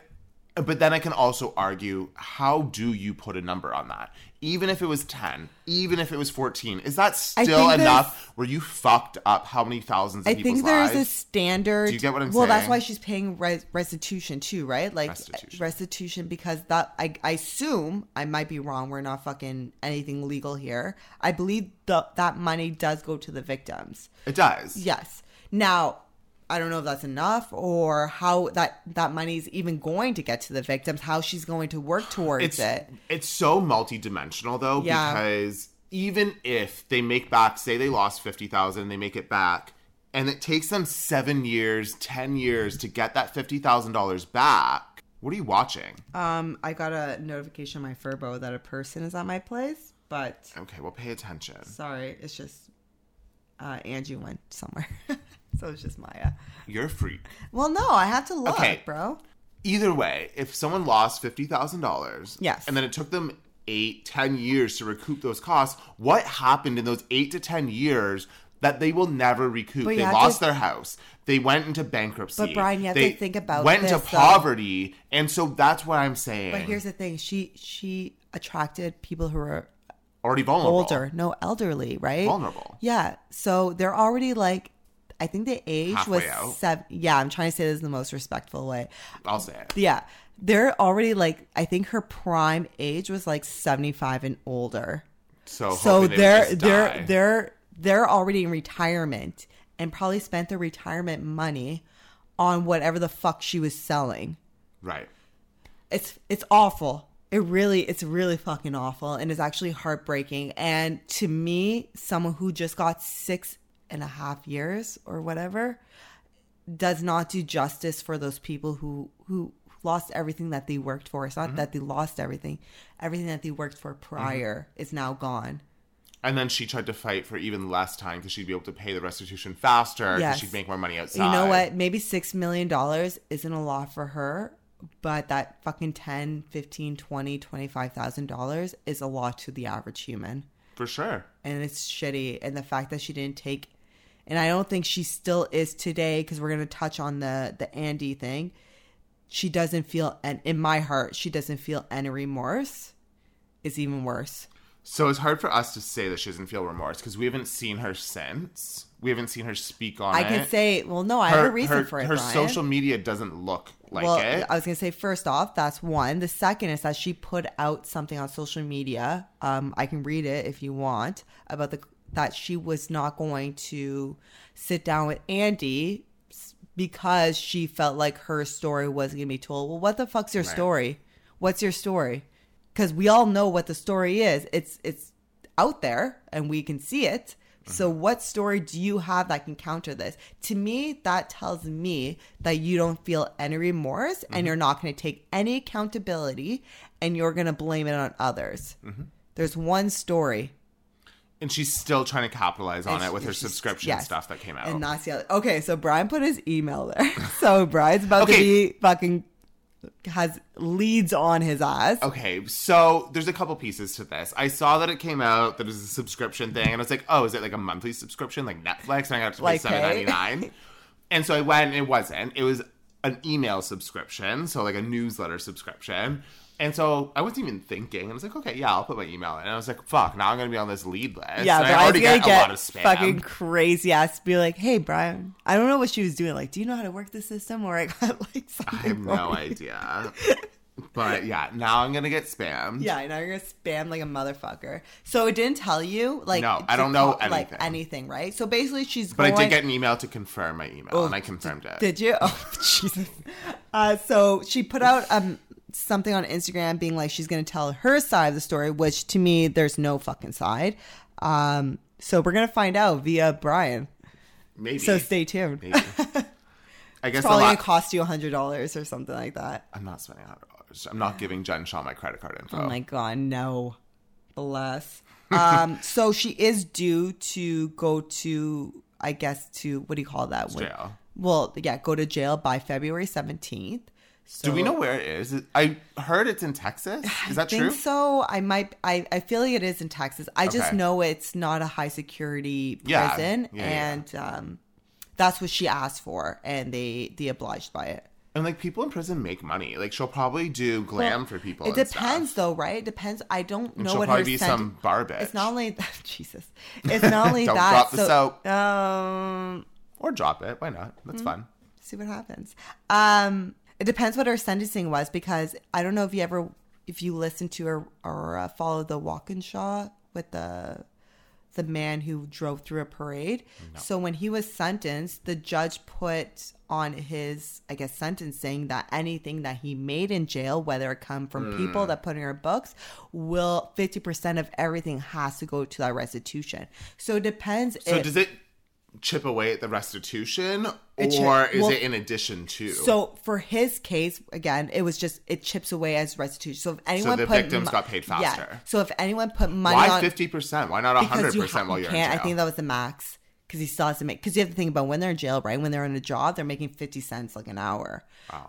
[SPEAKER 1] but then i can also argue how do you put a number on that even if it was 10 even if it was 14 is that still
[SPEAKER 2] think
[SPEAKER 1] enough where you fucked up how many thousands of
[SPEAKER 2] I
[SPEAKER 1] people's
[SPEAKER 2] think there's a
[SPEAKER 1] lives?
[SPEAKER 2] standard.
[SPEAKER 1] Do you get what I'm
[SPEAKER 2] well, that's
[SPEAKER 1] saying?
[SPEAKER 2] why she's paying res- restitution too, right? Like
[SPEAKER 1] Restitution.
[SPEAKER 2] restitution because that I, I assume I might be wrong. We're not fucking anything legal here. I believe the, that money does go to the victims.
[SPEAKER 1] it does
[SPEAKER 2] Yes. Now, I don't know if that's enough or how that that money is even going to get to the victims, how she's going to work towards
[SPEAKER 1] it's
[SPEAKER 2] it.
[SPEAKER 1] it's so multidimensional though
[SPEAKER 2] Yeah.
[SPEAKER 1] because even if they make back say they lost 50,000 they make it back and it takes them 7 years 10 years to get that $50,000 back what are you watching
[SPEAKER 2] Um, I got a notification on my Furbo that a person is at my place, but
[SPEAKER 1] okay well pay attention
[SPEAKER 2] sorry, it's just uh, Angie went somewhere, so it's just Maya.
[SPEAKER 1] you're a freak
[SPEAKER 2] Well, no, I have to look,
[SPEAKER 1] Okay.
[SPEAKER 2] bro.
[SPEAKER 1] either way, if someone lost fifty thousand dollars,
[SPEAKER 2] Yes.
[SPEAKER 1] and then it took them eight, ten years to recoup those costs, what happened in those eight to ten years that they will never recoup?
[SPEAKER 2] But you
[SPEAKER 1] they
[SPEAKER 2] have
[SPEAKER 1] lost
[SPEAKER 2] to-
[SPEAKER 1] their house, they went into bankruptcy.
[SPEAKER 2] But Brian, you have to think about
[SPEAKER 1] went
[SPEAKER 2] this,
[SPEAKER 1] into
[SPEAKER 2] though.
[SPEAKER 1] poverty, and so that's what I'm saying.
[SPEAKER 2] But here's the thing: she she attracted people who were
[SPEAKER 1] already vulnerable,
[SPEAKER 2] older, no elderly, right?
[SPEAKER 1] vulnerable.
[SPEAKER 2] Yeah. So they're already like, I think the age was
[SPEAKER 1] Halfway out.
[SPEAKER 2] seven. Yeah, I'm trying to say this in the most respectful way.
[SPEAKER 1] I'll say it.
[SPEAKER 2] Yeah. They're already like, I think her prime age was like 75 and older.
[SPEAKER 1] So,
[SPEAKER 2] So
[SPEAKER 1] hopefully they
[SPEAKER 2] they're
[SPEAKER 1] just
[SPEAKER 2] they're
[SPEAKER 1] die.
[SPEAKER 2] they're they're already in retirement and probably spent their retirement money on whatever the fuck she was selling.
[SPEAKER 1] right.
[SPEAKER 2] It's it's awful. It really it's really fucking awful and it's actually heartbreaking. And to me, someone who just got six and a half years or whatever does not do justice for those people who who lost everything that they worked for. It's not that they lost everything. Everything that they worked for prior is now gone.
[SPEAKER 1] And then she tried to fight for even less time because she'd be able to pay the restitution faster because
[SPEAKER 2] Yes.
[SPEAKER 1] she'd make more money outside.
[SPEAKER 2] You know what? Maybe six million dollars isn't a lot for her, but that fucking 10 15 20 25000 dollars is a lot to the average human
[SPEAKER 1] for sure.
[SPEAKER 2] and it's shitty and the fact that she didn't take and i don't think she still is today because we're going to touch on the the andy thing she doesn't feel and in my heart she doesn't feel any remorse is even worse
[SPEAKER 1] So it's hard for us to say that she doesn't feel remorse because we haven't seen her since. We haven't seen her speak on
[SPEAKER 2] i
[SPEAKER 1] it.
[SPEAKER 2] can say well no i
[SPEAKER 1] her,
[SPEAKER 2] have a reason
[SPEAKER 1] her-
[SPEAKER 2] for it
[SPEAKER 1] Her
[SPEAKER 2] Brian.
[SPEAKER 1] social media doesn't look like
[SPEAKER 2] well, uh,
[SPEAKER 1] it.
[SPEAKER 2] I was gonna say first off, that's one. The second is that she put out something on social media. Um, I can read it if you want about the that she was not going to sit down with Andy s- because she felt like her story was gonna be told. Well, what the fuck's your
[SPEAKER 1] Right.
[SPEAKER 2] story? What's your story? Because we all know what the story is. It's it's out there and we can see it. So, what story do you have that can counter this? To me, that tells me that you don't feel any remorse and you're not going to take any accountability and you're going to blame it on others. There's one story.
[SPEAKER 1] and she's still trying to capitalize on
[SPEAKER 2] and
[SPEAKER 1] it with
[SPEAKER 2] she-
[SPEAKER 1] her
[SPEAKER 2] she's-
[SPEAKER 1] subscription
[SPEAKER 2] yes.
[SPEAKER 1] stuff that came out.
[SPEAKER 2] And that's the other. Okay, so Brian put his email there. so, Brian's about
[SPEAKER 1] Okay.
[SPEAKER 2] to be fucking has leads on his ass.
[SPEAKER 1] Okay, so there's a couple pieces to this. I saw that it came out that it was a subscription thing, and I was like, oh, is it like a monthly subscription like Netflix? And I got to pay
[SPEAKER 2] Like,
[SPEAKER 1] seven ninety nine. And so I went, and it wasn't. It was an email subscription, so like a newsletter subscription. And so I wasn't even thinking. And I was like, okay, yeah, I'll put my email in. And I was like, fuck, now I'm gonna be on this lead list.
[SPEAKER 2] Yeah,
[SPEAKER 1] and
[SPEAKER 2] but
[SPEAKER 1] I
[SPEAKER 2] I was
[SPEAKER 1] already
[SPEAKER 2] gonna
[SPEAKER 1] get,
[SPEAKER 2] get,
[SPEAKER 1] a lot of spam.
[SPEAKER 2] fucking crazy ass. Be like, hey, Brian, I don't know what she was doing. Like, do you know how to work the system? Or I got like something.
[SPEAKER 1] I have no idea. but yeah, now I'm gonna get spammed.
[SPEAKER 2] Yeah, now you're gonna spam like a motherfucker. So it didn't tell you, like,
[SPEAKER 1] No,
[SPEAKER 2] to
[SPEAKER 1] I don't know
[SPEAKER 2] call- like
[SPEAKER 1] anything.
[SPEAKER 2] anything, right? So basically, she's.
[SPEAKER 1] But
[SPEAKER 2] going,
[SPEAKER 1] I did get an email to confirm my email, and I confirmed it.
[SPEAKER 2] Did you? Oh Jesus! Uh, so she put out um something on Instagram, being like she's going to tell her side of the story, which to me, there's no fucking side. Um, so we're gonna find out via Brian.
[SPEAKER 1] Maybe.
[SPEAKER 2] So stay tuned.
[SPEAKER 1] Maybe. I guess
[SPEAKER 2] It's
[SPEAKER 1] a
[SPEAKER 2] probably
[SPEAKER 1] lot.
[SPEAKER 2] gonna cost you a hundred dollars or something like that.
[SPEAKER 1] I'm not spending hundred dollars. I'm not giving Jen Shaw my credit card info.
[SPEAKER 2] Oh my god, no. Bless. Um so she is due to go to I guess to what do you call that? When-
[SPEAKER 1] Jail.
[SPEAKER 2] Well, yeah, go to jail by February seventeenth. So
[SPEAKER 1] Do we know where it is? I heard it's in Texas. Is that
[SPEAKER 2] I think
[SPEAKER 1] true?
[SPEAKER 2] so. I might I, I feel like it is in Texas. I just
[SPEAKER 1] Okay.
[SPEAKER 2] know it's not a high security
[SPEAKER 1] Yeah.
[SPEAKER 2] prison
[SPEAKER 1] Yeah, yeah, yeah.
[SPEAKER 2] and um that's what she asked for and they they obliged by it.
[SPEAKER 1] And like people in prison make money. Like she'll probably do glam
[SPEAKER 2] Well,
[SPEAKER 1] for people.
[SPEAKER 2] It
[SPEAKER 1] and
[SPEAKER 2] depends,
[SPEAKER 1] Stuff.
[SPEAKER 2] though, right? It depends. I don't
[SPEAKER 1] And
[SPEAKER 2] know
[SPEAKER 1] she'll
[SPEAKER 2] what
[SPEAKER 1] probably
[SPEAKER 2] her
[SPEAKER 1] be
[SPEAKER 2] sent-
[SPEAKER 1] some bar bitch.
[SPEAKER 2] It's not only Jesus. It's not only
[SPEAKER 1] Don't
[SPEAKER 2] that.
[SPEAKER 1] drop the
[SPEAKER 2] so, uh,
[SPEAKER 1] soap.
[SPEAKER 2] Um,
[SPEAKER 1] or drop it. Why not?
[SPEAKER 2] Mm-hmm.
[SPEAKER 1] That's fun.
[SPEAKER 2] see what happens. Um, it depends what her sentencing was because I don't know if you ever, if you listened to or or uh, follow the Walkinshaw with the the man who drove through a parade. So when he was sentenced, the judge put on his, I guess, sentencing that anything that he made in jail, whether it come from
[SPEAKER 1] Hmm.
[SPEAKER 2] people that put in her books, will fifty percent of everything has to go to that restitution. So it depends.
[SPEAKER 1] So
[SPEAKER 2] if-
[SPEAKER 1] does it chip away at the restitution,
[SPEAKER 2] It chip-
[SPEAKER 1] or is
[SPEAKER 2] well,
[SPEAKER 1] it in addition to?
[SPEAKER 2] So for his case, again, it was just it chips away as restitution. So if anyone
[SPEAKER 1] the
[SPEAKER 2] put
[SPEAKER 1] victims got paid faster.
[SPEAKER 2] So if anyone put money
[SPEAKER 1] why
[SPEAKER 2] on
[SPEAKER 1] fifty percent? Why not hundred
[SPEAKER 2] because you, ha-
[SPEAKER 1] percent while
[SPEAKER 2] you
[SPEAKER 1] you're in
[SPEAKER 2] can't,
[SPEAKER 1] jail?
[SPEAKER 2] I think that was the max because he still has to make. Because you have to think about when they're in jail, right? When they're on a job, they're making fifty cents like an hour.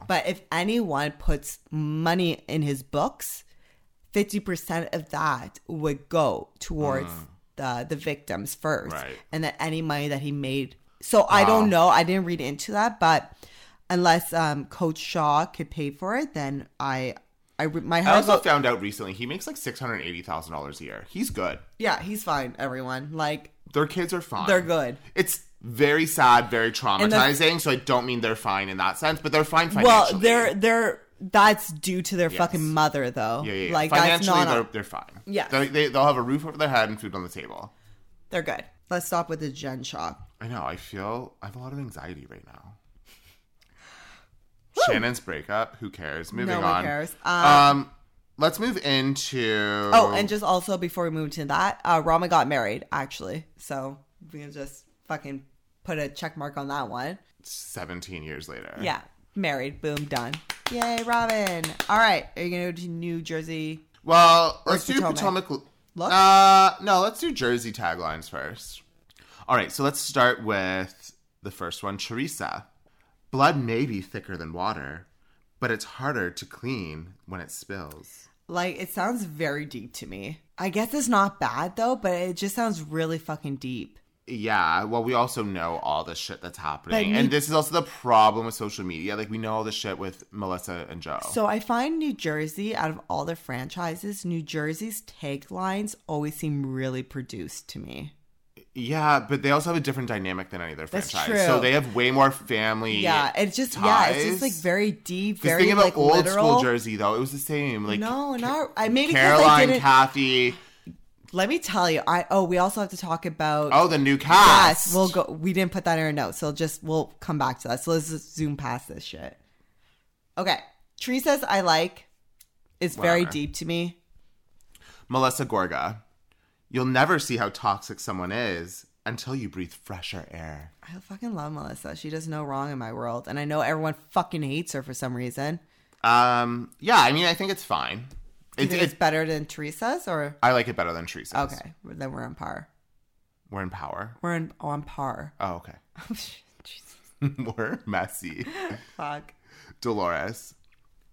[SPEAKER 2] But if anyone puts money in his books, fifty percent of that would go towards the the victims first,
[SPEAKER 1] Mm. Right.
[SPEAKER 2] and then any money that he made. So I don't know. I didn't read into that, but unless um, Coach Shaw could pay for it, then I. I, re- my
[SPEAKER 1] I
[SPEAKER 2] heart
[SPEAKER 1] also
[SPEAKER 2] goes-
[SPEAKER 1] found out recently he makes like six hundred eighty thousand dollars a year. He's good.
[SPEAKER 2] yeah, he's fine. Everyone, like
[SPEAKER 1] Their kids are fine.
[SPEAKER 2] they're good.
[SPEAKER 1] It's very sad, very
[SPEAKER 2] And the-
[SPEAKER 1] traumatizing. so I don't mean they're fine in that sense, but they're fine financially.
[SPEAKER 2] Well, they're they're that's due to their fucking mother though.
[SPEAKER 1] yeah, yeah, yeah.
[SPEAKER 2] Like that's
[SPEAKER 1] financially
[SPEAKER 2] not
[SPEAKER 1] they're
[SPEAKER 2] they're,
[SPEAKER 1] they're fine.
[SPEAKER 2] Yes.
[SPEAKER 1] they, they they'll have a roof over their head and food on the table.
[SPEAKER 2] they're good. Let's stop with the Gen Shock.
[SPEAKER 1] I know. I feel I have a lot of anxiety right now. Shannon's breakup. Who cares? Moving
[SPEAKER 2] one
[SPEAKER 1] on.
[SPEAKER 2] cares.
[SPEAKER 1] Um,
[SPEAKER 2] Um,
[SPEAKER 1] let's move into.
[SPEAKER 2] Oh, and just also before we move to that, uh Rama got married actually. So we can just fucking put a check mark on that one.
[SPEAKER 1] seventeen years later.
[SPEAKER 2] Yeah. Married, boom, done. Yay, Robin. All right. Are you gonna go to New Jersey?
[SPEAKER 1] Well, let's do
[SPEAKER 2] Potomac?
[SPEAKER 1] Potomac. Look?
[SPEAKER 2] Look?
[SPEAKER 1] Uh, no, let's do Jersey taglines first. All right, so let's start with the first one, Teresa. Blood may be thicker than water, but it's harder to clean when it spills.
[SPEAKER 2] Like it sounds very deep to me. I guess it's not bad though, but it just sounds really fucking deep.
[SPEAKER 1] Yeah, well, we also know all the shit that's happening.
[SPEAKER 2] But
[SPEAKER 1] and
[SPEAKER 2] me-
[SPEAKER 1] this is also the problem with social media. Like, we know all the shit with Melissa and Joe.
[SPEAKER 2] So I find New Jersey out of all the franchises, New Jersey's taglines always seem really produced to me.
[SPEAKER 1] yeah, but they also have a different dynamic than any other
[SPEAKER 2] That's
[SPEAKER 1] franchise.
[SPEAKER 2] true.
[SPEAKER 1] So they have way more family.
[SPEAKER 2] Yeah, it's just yeah, it's just like
[SPEAKER 1] ties.
[SPEAKER 2] very deep,
[SPEAKER 1] Because
[SPEAKER 2] very
[SPEAKER 1] think about
[SPEAKER 2] like
[SPEAKER 1] old
[SPEAKER 2] literal.
[SPEAKER 1] school Jersey, though. It was the same. Like,
[SPEAKER 2] no, not I maybe because I
[SPEAKER 1] Caroline,
[SPEAKER 2] didn't.
[SPEAKER 1] Kathy.
[SPEAKER 2] let me tell you, I oh we also have to talk about
[SPEAKER 1] Oh, the new cast.
[SPEAKER 2] Yes, we'll go. We didn't put that in our notes, so just we'll come back to that. So let's just zoom past this shit. Okay, Tree says I like. It's very
[SPEAKER 1] Whatever.
[SPEAKER 2] deep to me.
[SPEAKER 1] Melissa Gorga. You'll never see how toxic someone is until you breathe fresher air.
[SPEAKER 2] I fucking love Melissa. She does no wrong in my world, and I know everyone fucking hates her for some reason.
[SPEAKER 1] Um, yeah, I mean, I think it's fine.
[SPEAKER 2] You
[SPEAKER 1] It,
[SPEAKER 2] think
[SPEAKER 1] it,
[SPEAKER 2] it's better than Teresa's, or
[SPEAKER 1] I like it better than Teresa's.
[SPEAKER 2] okay, then we're on par.
[SPEAKER 1] We're in power.
[SPEAKER 2] We're in, on par.
[SPEAKER 1] Oh, okay.
[SPEAKER 2] Jesus,
[SPEAKER 1] We're messy.
[SPEAKER 2] fuck.
[SPEAKER 1] Dolores.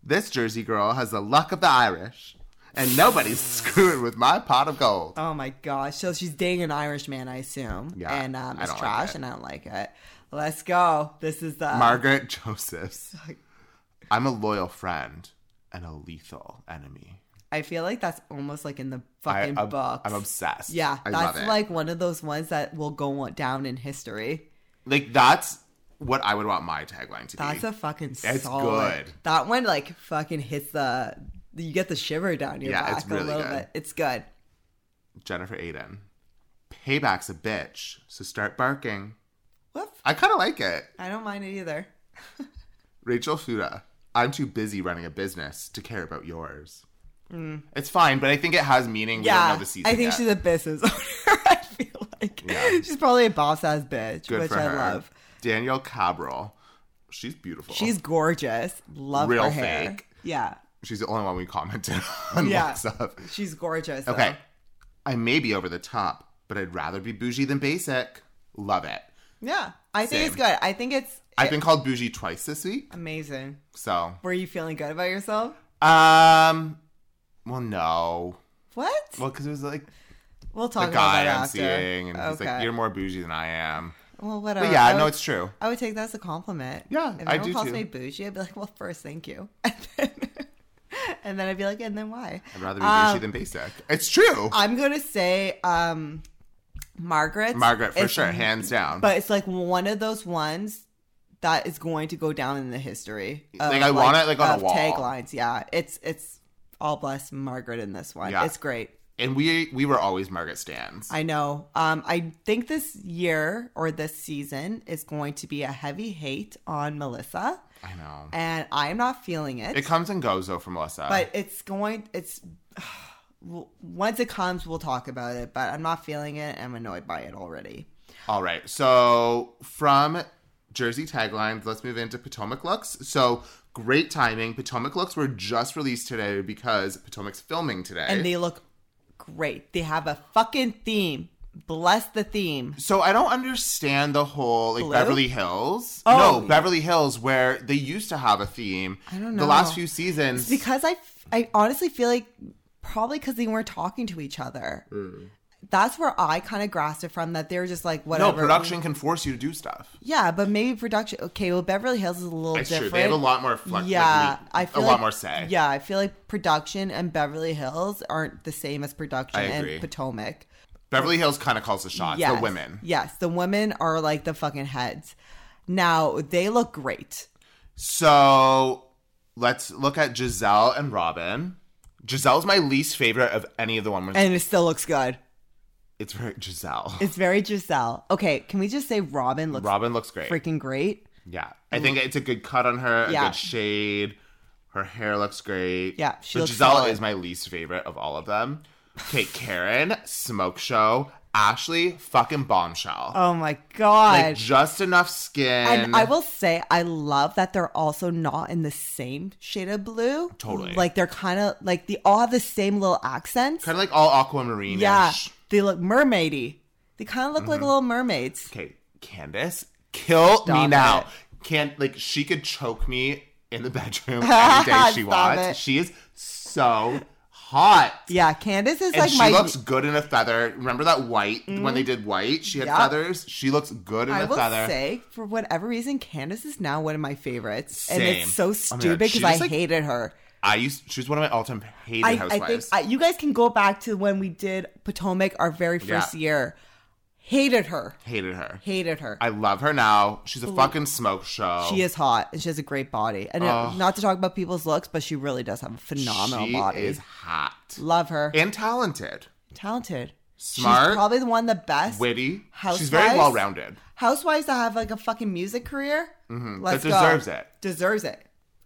[SPEAKER 1] This Jersey girl has the luck of the Irish, and nobody's screwing with my pot of gold.
[SPEAKER 2] Oh my gosh. So she's dating an Irish man, I assume.
[SPEAKER 1] Yeah,
[SPEAKER 2] And um,
[SPEAKER 1] I
[SPEAKER 2] it's
[SPEAKER 1] don't like
[SPEAKER 2] trash,
[SPEAKER 1] it.
[SPEAKER 2] and I don't like it. Let's go. This is the. uh,
[SPEAKER 1] Margaret Josephs. I'm a loyal friend and a lethal enemy.
[SPEAKER 2] I feel like that's almost like in the
[SPEAKER 1] I,
[SPEAKER 2] fucking
[SPEAKER 1] I'm-
[SPEAKER 2] books.
[SPEAKER 1] I'm obsessed.
[SPEAKER 2] Yeah,
[SPEAKER 1] I
[SPEAKER 2] that's
[SPEAKER 1] love it.
[SPEAKER 2] like one of those ones that will go on- down in history.
[SPEAKER 1] Like that's what I would want my tagline to
[SPEAKER 2] That's
[SPEAKER 1] be.
[SPEAKER 2] a fucking solid.
[SPEAKER 1] It's good.
[SPEAKER 2] That one like fucking hits the. You get the shiver down your
[SPEAKER 1] Yeah,
[SPEAKER 2] back
[SPEAKER 1] it's really
[SPEAKER 2] a little
[SPEAKER 1] good.
[SPEAKER 2] bit. It's good.
[SPEAKER 1] Jennifer Aiden. Payback's a bitch, so start barking.
[SPEAKER 2] Woof.
[SPEAKER 1] I kind of like it.
[SPEAKER 2] I don't mind it either.
[SPEAKER 1] Rachel Fuda. I'm too busy running a business to care about yours. It's fine, but I think it has meaning. We don't
[SPEAKER 2] Mm. yeah,
[SPEAKER 1] know the season.
[SPEAKER 2] I think
[SPEAKER 1] yet.
[SPEAKER 2] she's a business owner. I feel like
[SPEAKER 1] Yeah.
[SPEAKER 2] she's probably a boss ass bitch,
[SPEAKER 1] good
[SPEAKER 2] which
[SPEAKER 1] for
[SPEAKER 2] I
[SPEAKER 1] her.
[SPEAKER 2] love.
[SPEAKER 1] Danielle Cabral. She's beautiful.
[SPEAKER 2] She's gorgeous. Love
[SPEAKER 1] Real
[SPEAKER 2] her hair.
[SPEAKER 1] fake.
[SPEAKER 2] Yeah,
[SPEAKER 1] she's the only one we commented on
[SPEAKER 2] Yeah.
[SPEAKER 1] WhatsApp.
[SPEAKER 2] she's gorgeous. though.
[SPEAKER 1] Okay. I may be over the top, but I'd rather be bougie than basic. Love it.
[SPEAKER 2] Yeah, I think it's
[SPEAKER 1] Same.
[SPEAKER 2] good. I think it's
[SPEAKER 1] I've been called bougie twice this week,
[SPEAKER 2] amazing.
[SPEAKER 1] so
[SPEAKER 2] Were you feeling good about yourself?
[SPEAKER 1] um, well, no,
[SPEAKER 2] What?
[SPEAKER 1] well, because it was like
[SPEAKER 2] We'll talk
[SPEAKER 1] the
[SPEAKER 2] about
[SPEAKER 1] guy
[SPEAKER 2] that
[SPEAKER 1] I'm
[SPEAKER 2] after.
[SPEAKER 1] seeing, and he's like,
[SPEAKER 2] Okay. Uh,
[SPEAKER 1] "You're more bougie than I am."
[SPEAKER 2] well, whatever.
[SPEAKER 1] But yeah,
[SPEAKER 2] I
[SPEAKER 1] no,
[SPEAKER 2] would-
[SPEAKER 1] it's true.
[SPEAKER 2] I would take that as a compliment.
[SPEAKER 1] Yeah,
[SPEAKER 2] if
[SPEAKER 1] I
[SPEAKER 2] anyone
[SPEAKER 1] do
[SPEAKER 2] calls
[SPEAKER 1] too.
[SPEAKER 2] me bougie, I'd be like, well, first, thank you, and then, and then I'd be like, and then why?
[SPEAKER 1] I'd rather be
[SPEAKER 2] Um, uh,
[SPEAKER 1] bougie than basic. It's true,
[SPEAKER 2] I'm gonna say, um, Margaret.
[SPEAKER 1] Margaret, for sure, hands down.
[SPEAKER 2] But it's like one of those ones that is going to go down in the history. Of,
[SPEAKER 1] Like, I want it, like, on a
[SPEAKER 2] of
[SPEAKER 1] wall.
[SPEAKER 2] Taglines, yeah. It's it's all bless Margaret in this one.
[SPEAKER 1] Yeah.
[SPEAKER 2] It's great.
[SPEAKER 1] and we we were always Margaret stands.
[SPEAKER 2] I know. Um, I think this year or this season is going to be a heavy hate on Melissa,
[SPEAKER 1] I know
[SPEAKER 2] and I'm not feeling it.
[SPEAKER 1] it comes and goes though for Melissa.
[SPEAKER 2] but it's going. It's w- once it comes, we'll talk about it. But I'm not feeling it. I'm annoyed by it already.
[SPEAKER 1] All right. So from Jersey taglines, let's move into Potomac looks. So great timing. Potomac looks were just released today because Potomac's filming today.
[SPEAKER 2] And they look great. They have a fucking theme. Bless the theme.
[SPEAKER 1] so I don't understand the whole like
[SPEAKER 2] Blue?
[SPEAKER 1] Beverly Hills.
[SPEAKER 2] Oh.
[SPEAKER 1] no, Beverly Hills where they used to have a theme.
[SPEAKER 2] I don't
[SPEAKER 1] The last
[SPEAKER 2] know.
[SPEAKER 1] few seasons.
[SPEAKER 2] It's because I, f- I honestly feel like probably because they weren't talking to each other. That's where I kind of grasped it from that they were just like
[SPEAKER 1] Mm. no,
[SPEAKER 2] whatever.
[SPEAKER 1] production can force you to do stuff.
[SPEAKER 2] Yeah, but maybe production. Okay, well, Beverly Hills is a little
[SPEAKER 1] It's
[SPEAKER 2] different.
[SPEAKER 1] true. They have a lot more flex.
[SPEAKER 2] yeah, I feel
[SPEAKER 1] a
[SPEAKER 2] like-
[SPEAKER 1] lot more say.
[SPEAKER 2] Yeah, I feel like production and Beverly Hills aren't the same as production
[SPEAKER 1] I
[SPEAKER 2] and
[SPEAKER 1] agree.
[SPEAKER 2] Potomac.
[SPEAKER 1] Beverly Hills kind of calls the shots. The women.
[SPEAKER 2] Yes, the women are like the fucking heads. Now they look great.
[SPEAKER 1] So let's look at Giselle and Robin. Giselle's my least favorite of any of the one.
[SPEAKER 2] And it still looks good.
[SPEAKER 1] it's very Giselle.
[SPEAKER 2] It's very Giselle. Okay, can we just say Robin looks
[SPEAKER 1] Robin looks great.
[SPEAKER 2] freaking great?
[SPEAKER 1] yeah, I think it's a good cut on her. A
[SPEAKER 2] Yeah.
[SPEAKER 1] good shade. Her hair looks great.
[SPEAKER 2] Yeah, she
[SPEAKER 1] but
[SPEAKER 2] looks
[SPEAKER 1] Giselle
[SPEAKER 2] solid.
[SPEAKER 1] is my least favorite of all of them. Okay, Karen, smoke show. Ashley, fucking bombshell.
[SPEAKER 2] Oh my god.
[SPEAKER 1] like just enough skin.
[SPEAKER 2] and I will say, I love that they're also not in the same shade of blue.
[SPEAKER 1] Totally.
[SPEAKER 2] Like they're kind of like they all have the same little accents.
[SPEAKER 1] kind of like all aquamarine.
[SPEAKER 2] yeah, they look mermaidy. They kind of look
[SPEAKER 1] Mm-hmm.
[SPEAKER 2] like little mermaids.
[SPEAKER 1] Okay, Candace, kill
[SPEAKER 2] Stop
[SPEAKER 1] me now.
[SPEAKER 2] it.
[SPEAKER 1] Can't like she could choke me in the bedroom any day she
[SPEAKER 2] Stop
[SPEAKER 1] wants.
[SPEAKER 2] it.
[SPEAKER 1] She is so hot.
[SPEAKER 2] Yeah, Candace is
[SPEAKER 1] And
[SPEAKER 2] like
[SPEAKER 1] she
[SPEAKER 2] my.
[SPEAKER 1] looks good in a feather. Remember that white when they did white? She had
[SPEAKER 2] Yep.
[SPEAKER 1] feathers. She looks good in
[SPEAKER 2] I
[SPEAKER 1] a
[SPEAKER 2] will
[SPEAKER 1] feather.
[SPEAKER 2] say, for whatever reason, Candace is now one of my favorites, and
[SPEAKER 1] Same.
[SPEAKER 2] it's so
[SPEAKER 1] Oh my God,
[SPEAKER 2] stupid
[SPEAKER 1] she
[SPEAKER 2] because I
[SPEAKER 1] was, like,
[SPEAKER 2] hated her.
[SPEAKER 1] I used she was one of my all time hated
[SPEAKER 2] I, I
[SPEAKER 1] housewives.
[SPEAKER 2] think I, you guys can go back to when we did Potomac, our very
[SPEAKER 1] Yeah.
[SPEAKER 2] first year. Hated her,
[SPEAKER 1] hated her.
[SPEAKER 2] hated her.
[SPEAKER 1] I love her now. She's a fucking smoke show.
[SPEAKER 2] she is hot, and she has a great body. And it- not to talk about people's looks, but she really does have a phenomenal
[SPEAKER 1] she
[SPEAKER 2] body.
[SPEAKER 1] is hot
[SPEAKER 2] Love her,
[SPEAKER 1] and talented,
[SPEAKER 2] talented,
[SPEAKER 1] Smart.
[SPEAKER 2] She's probably the one of the best
[SPEAKER 1] witty. She's
[SPEAKER 2] Housewives?
[SPEAKER 1] very well rounded.
[SPEAKER 2] housewives that have like a fucking music career. Mm-hmm. Let's
[SPEAKER 1] That
[SPEAKER 2] go.
[SPEAKER 1] deserves it.
[SPEAKER 2] Deserves it.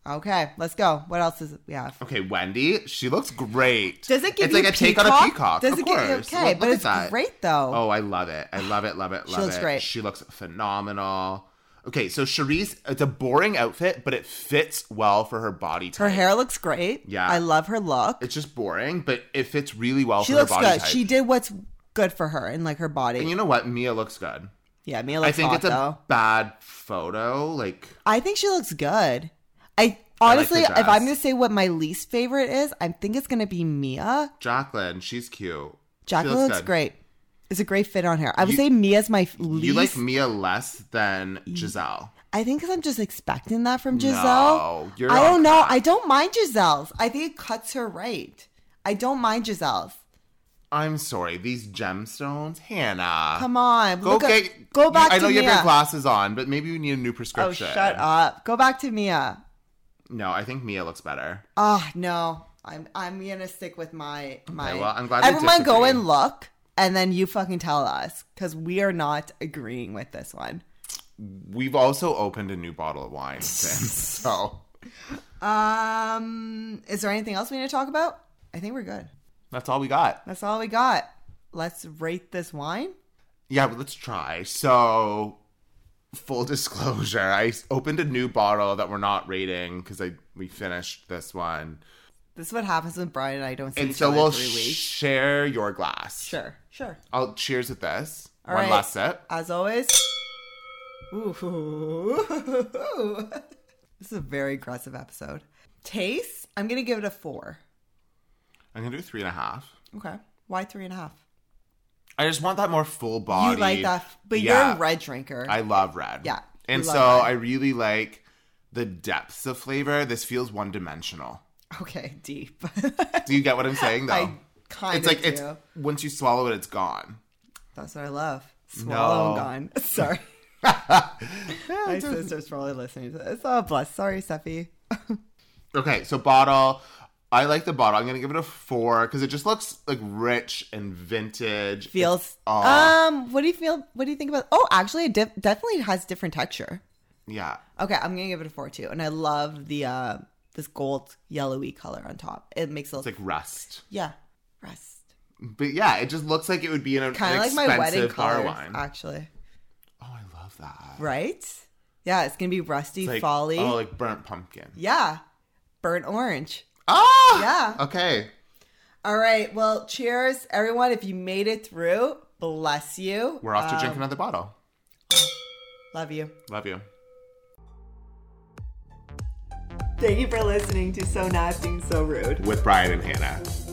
[SPEAKER 2] Okay, let's go. What else does we have?
[SPEAKER 1] Okay, Wendy, she looks great.
[SPEAKER 2] Does it give
[SPEAKER 1] It's
[SPEAKER 2] you
[SPEAKER 1] like a take on a peacock.
[SPEAKER 2] Does
[SPEAKER 1] of
[SPEAKER 2] it
[SPEAKER 1] course.
[SPEAKER 2] give you okay?
[SPEAKER 1] Look-
[SPEAKER 2] but
[SPEAKER 1] look
[SPEAKER 2] it's
[SPEAKER 1] at that.
[SPEAKER 2] great though.
[SPEAKER 1] Oh, I love it. I love it. Love it. Love
[SPEAKER 2] looks
[SPEAKER 1] it.
[SPEAKER 2] great.
[SPEAKER 1] She looks phenomenal. Okay, so Charisse, it's a boring outfit, but it fits well for her body type.
[SPEAKER 2] Her hair looks great.
[SPEAKER 1] Yeah.
[SPEAKER 2] I love her look.
[SPEAKER 1] It's just boring, but it fits really well
[SPEAKER 2] she
[SPEAKER 1] for
[SPEAKER 2] looks
[SPEAKER 1] her body
[SPEAKER 2] good.
[SPEAKER 1] type.
[SPEAKER 2] She did what's good for her and like her body.
[SPEAKER 1] And you know what? Mia looks good.
[SPEAKER 2] yeah, Mia
[SPEAKER 1] I
[SPEAKER 2] looks
[SPEAKER 1] think
[SPEAKER 2] hot
[SPEAKER 1] it's a
[SPEAKER 2] though.
[SPEAKER 1] bad photo. Like,
[SPEAKER 2] I think she looks good. I honestly,
[SPEAKER 1] the
[SPEAKER 2] if I'm
[SPEAKER 1] dress.
[SPEAKER 2] gonna say what my least favorite is, I think it's gonna be Mia.
[SPEAKER 1] Jacqueline, she's cute. She
[SPEAKER 2] Jacqueline looks,
[SPEAKER 1] good.
[SPEAKER 2] great. It's a great fit on her. I would
[SPEAKER 1] You-
[SPEAKER 2] say Mia's my f- least.
[SPEAKER 1] You like Mia less than Giselle.
[SPEAKER 2] I think because I'm just expecting that from Giselle.
[SPEAKER 1] No, you're
[SPEAKER 2] I don't
[SPEAKER 1] all
[SPEAKER 2] know.
[SPEAKER 1] cut.
[SPEAKER 2] I don't mind Giselle's. I think it cuts her right. I don't mind Giselle's.
[SPEAKER 1] I'm sorry, these gemstones, Hannah.
[SPEAKER 2] Come on,
[SPEAKER 1] go
[SPEAKER 2] look at-
[SPEAKER 1] get.
[SPEAKER 2] go back.
[SPEAKER 1] I know
[SPEAKER 2] to
[SPEAKER 1] you
[SPEAKER 2] Mia.
[SPEAKER 1] have your glasses on, but maybe you need a new
[SPEAKER 2] Oh,
[SPEAKER 1] prescription.
[SPEAKER 2] shut up. Go back to Mia.
[SPEAKER 1] No, I think Mia looks better.
[SPEAKER 2] Oh no, I'm I'm gonna stick with my my.
[SPEAKER 1] well, I'm glad we
[SPEAKER 2] everyone go
[SPEAKER 1] disagree.
[SPEAKER 2] and look, and then you fucking tell us because we are not agreeing with this one.
[SPEAKER 1] We've also opened a new bottle of wine since, so
[SPEAKER 2] Um, is there anything else we need to talk about? I think we're good.
[SPEAKER 1] that's all we got.
[SPEAKER 2] That's all we got. Let's rate this wine.
[SPEAKER 1] Yeah, but let's try. So, full disclosure, I s- opened a new bottle that we're not rating because I we finished this one,
[SPEAKER 2] This is what happens when Brian and I don't see
[SPEAKER 1] and
[SPEAKER 2] each
[SPEAKER 1] so
[SPEAKER 2] other
[SPEAKER 1] we'll
[SPEAKER 2] in three weeks.
[SPEAKER 1] share your glass.
[SPEAKER 2] Sure, sure.
[SPEAKER 1] I'll cheers with this.
[SPEAKER 2] All
[SPEAKER 1] One
[SPEAKER 2] right.
[SPEAKER 1] last sip.
[SPEAKER 2] As always. Ooh. this is a very aggressive episode. Taste, I'm gonna give it a four.
[SPEAKER 1] I'm gonna do three and a half.
[SPEAKER 2] Okay. Why three and a half?
[SPEAKER 1] I just want that more full body.
[SPEAKER 2] You like that, but you're a red drinker.
[SPEAKER 1] I love red.
[SPEAKER 2] Yeah,
[SPEAKER 1] And
[SPEAKER 2] you
[SPEAKER 1] so
[SPEAKER 2] love
[SPEAKER 1] I really like the depths of flavor. This feels one dimensional.
[SPEAKER 2] okay, deep.
[SPEAKER 1] Do you get what I'm saying though?
[SPEAKER 2] I kind of
[SPEAKER 1] it's like
[SPEAKER 2] do.
[SPEAKER 1] it's once you swallow it, it's gone.
[SPEAKER 2] That's what I love. Swallow
[SPEAKER 1] No.
[SPEAKER 2] and gone. Sorry. My sister's probably listening to this. Oh, bless. Sorry, Steffi.
[SPEAKER 1] Okay, so bottle. I like the bottle. I'm gonna give it a four because it just looks like rich and vintage.
[SPEAKER 2] Feels.
[SPEAKER 1] aw.
[SPEAKER 2] Um, what do you feel? What do you think about? Oh, actually, it def- definitely has different texture.
[SPEAKER 1] yeah.
[SPEAKER 2] Okay, I'm gonna give it a four too, and I love the uh this gold yellowy color on top. It makes it look
[SPEAKER 1] It's like rust.
[SPEAKER 2] yeah, rest.
[SPEAKER 1] But yeah, it just looks like it would be in a
[SPEAKER 2] Kind
[SPEAKER 1] an
[SPEAKER 2] of like my wedding
[SPEAKER 1] expensive bar
[SPEAKER 2] color,
[SPEAKER 1] wine.
[SPEAKER 2] actually.
[SPEAKER 1] oh, I love that.
[SPEAKER 2] Right? Yeah, it's gonna be rusty
[SPEAKER 1] Like,
[SPEAKER 2] folly.
[SPEAKER 1] Oh, like burnt pumpkin.
[SPEAKER 2] yeah, burnt orange.
[SPEAKER 1] Oh
[SPEAKER 2] Yeah.
[SPEAKER 1] Okay.
[SPEAKER 2] All right. Well, cheers, everyone. If you made it through, bless you.
[SPEAKER 1] We're off to drink
[SPEAKER 2] Um,
[SPEAKER 1] another bottle.
[SPEAKER 2] Love you.
[SPEAKER 1] Love you.
[SPEAKER 2] Thank you for listening to So Nasty, and So Rude.
[SPEAKER 1] With Brian and Hannah.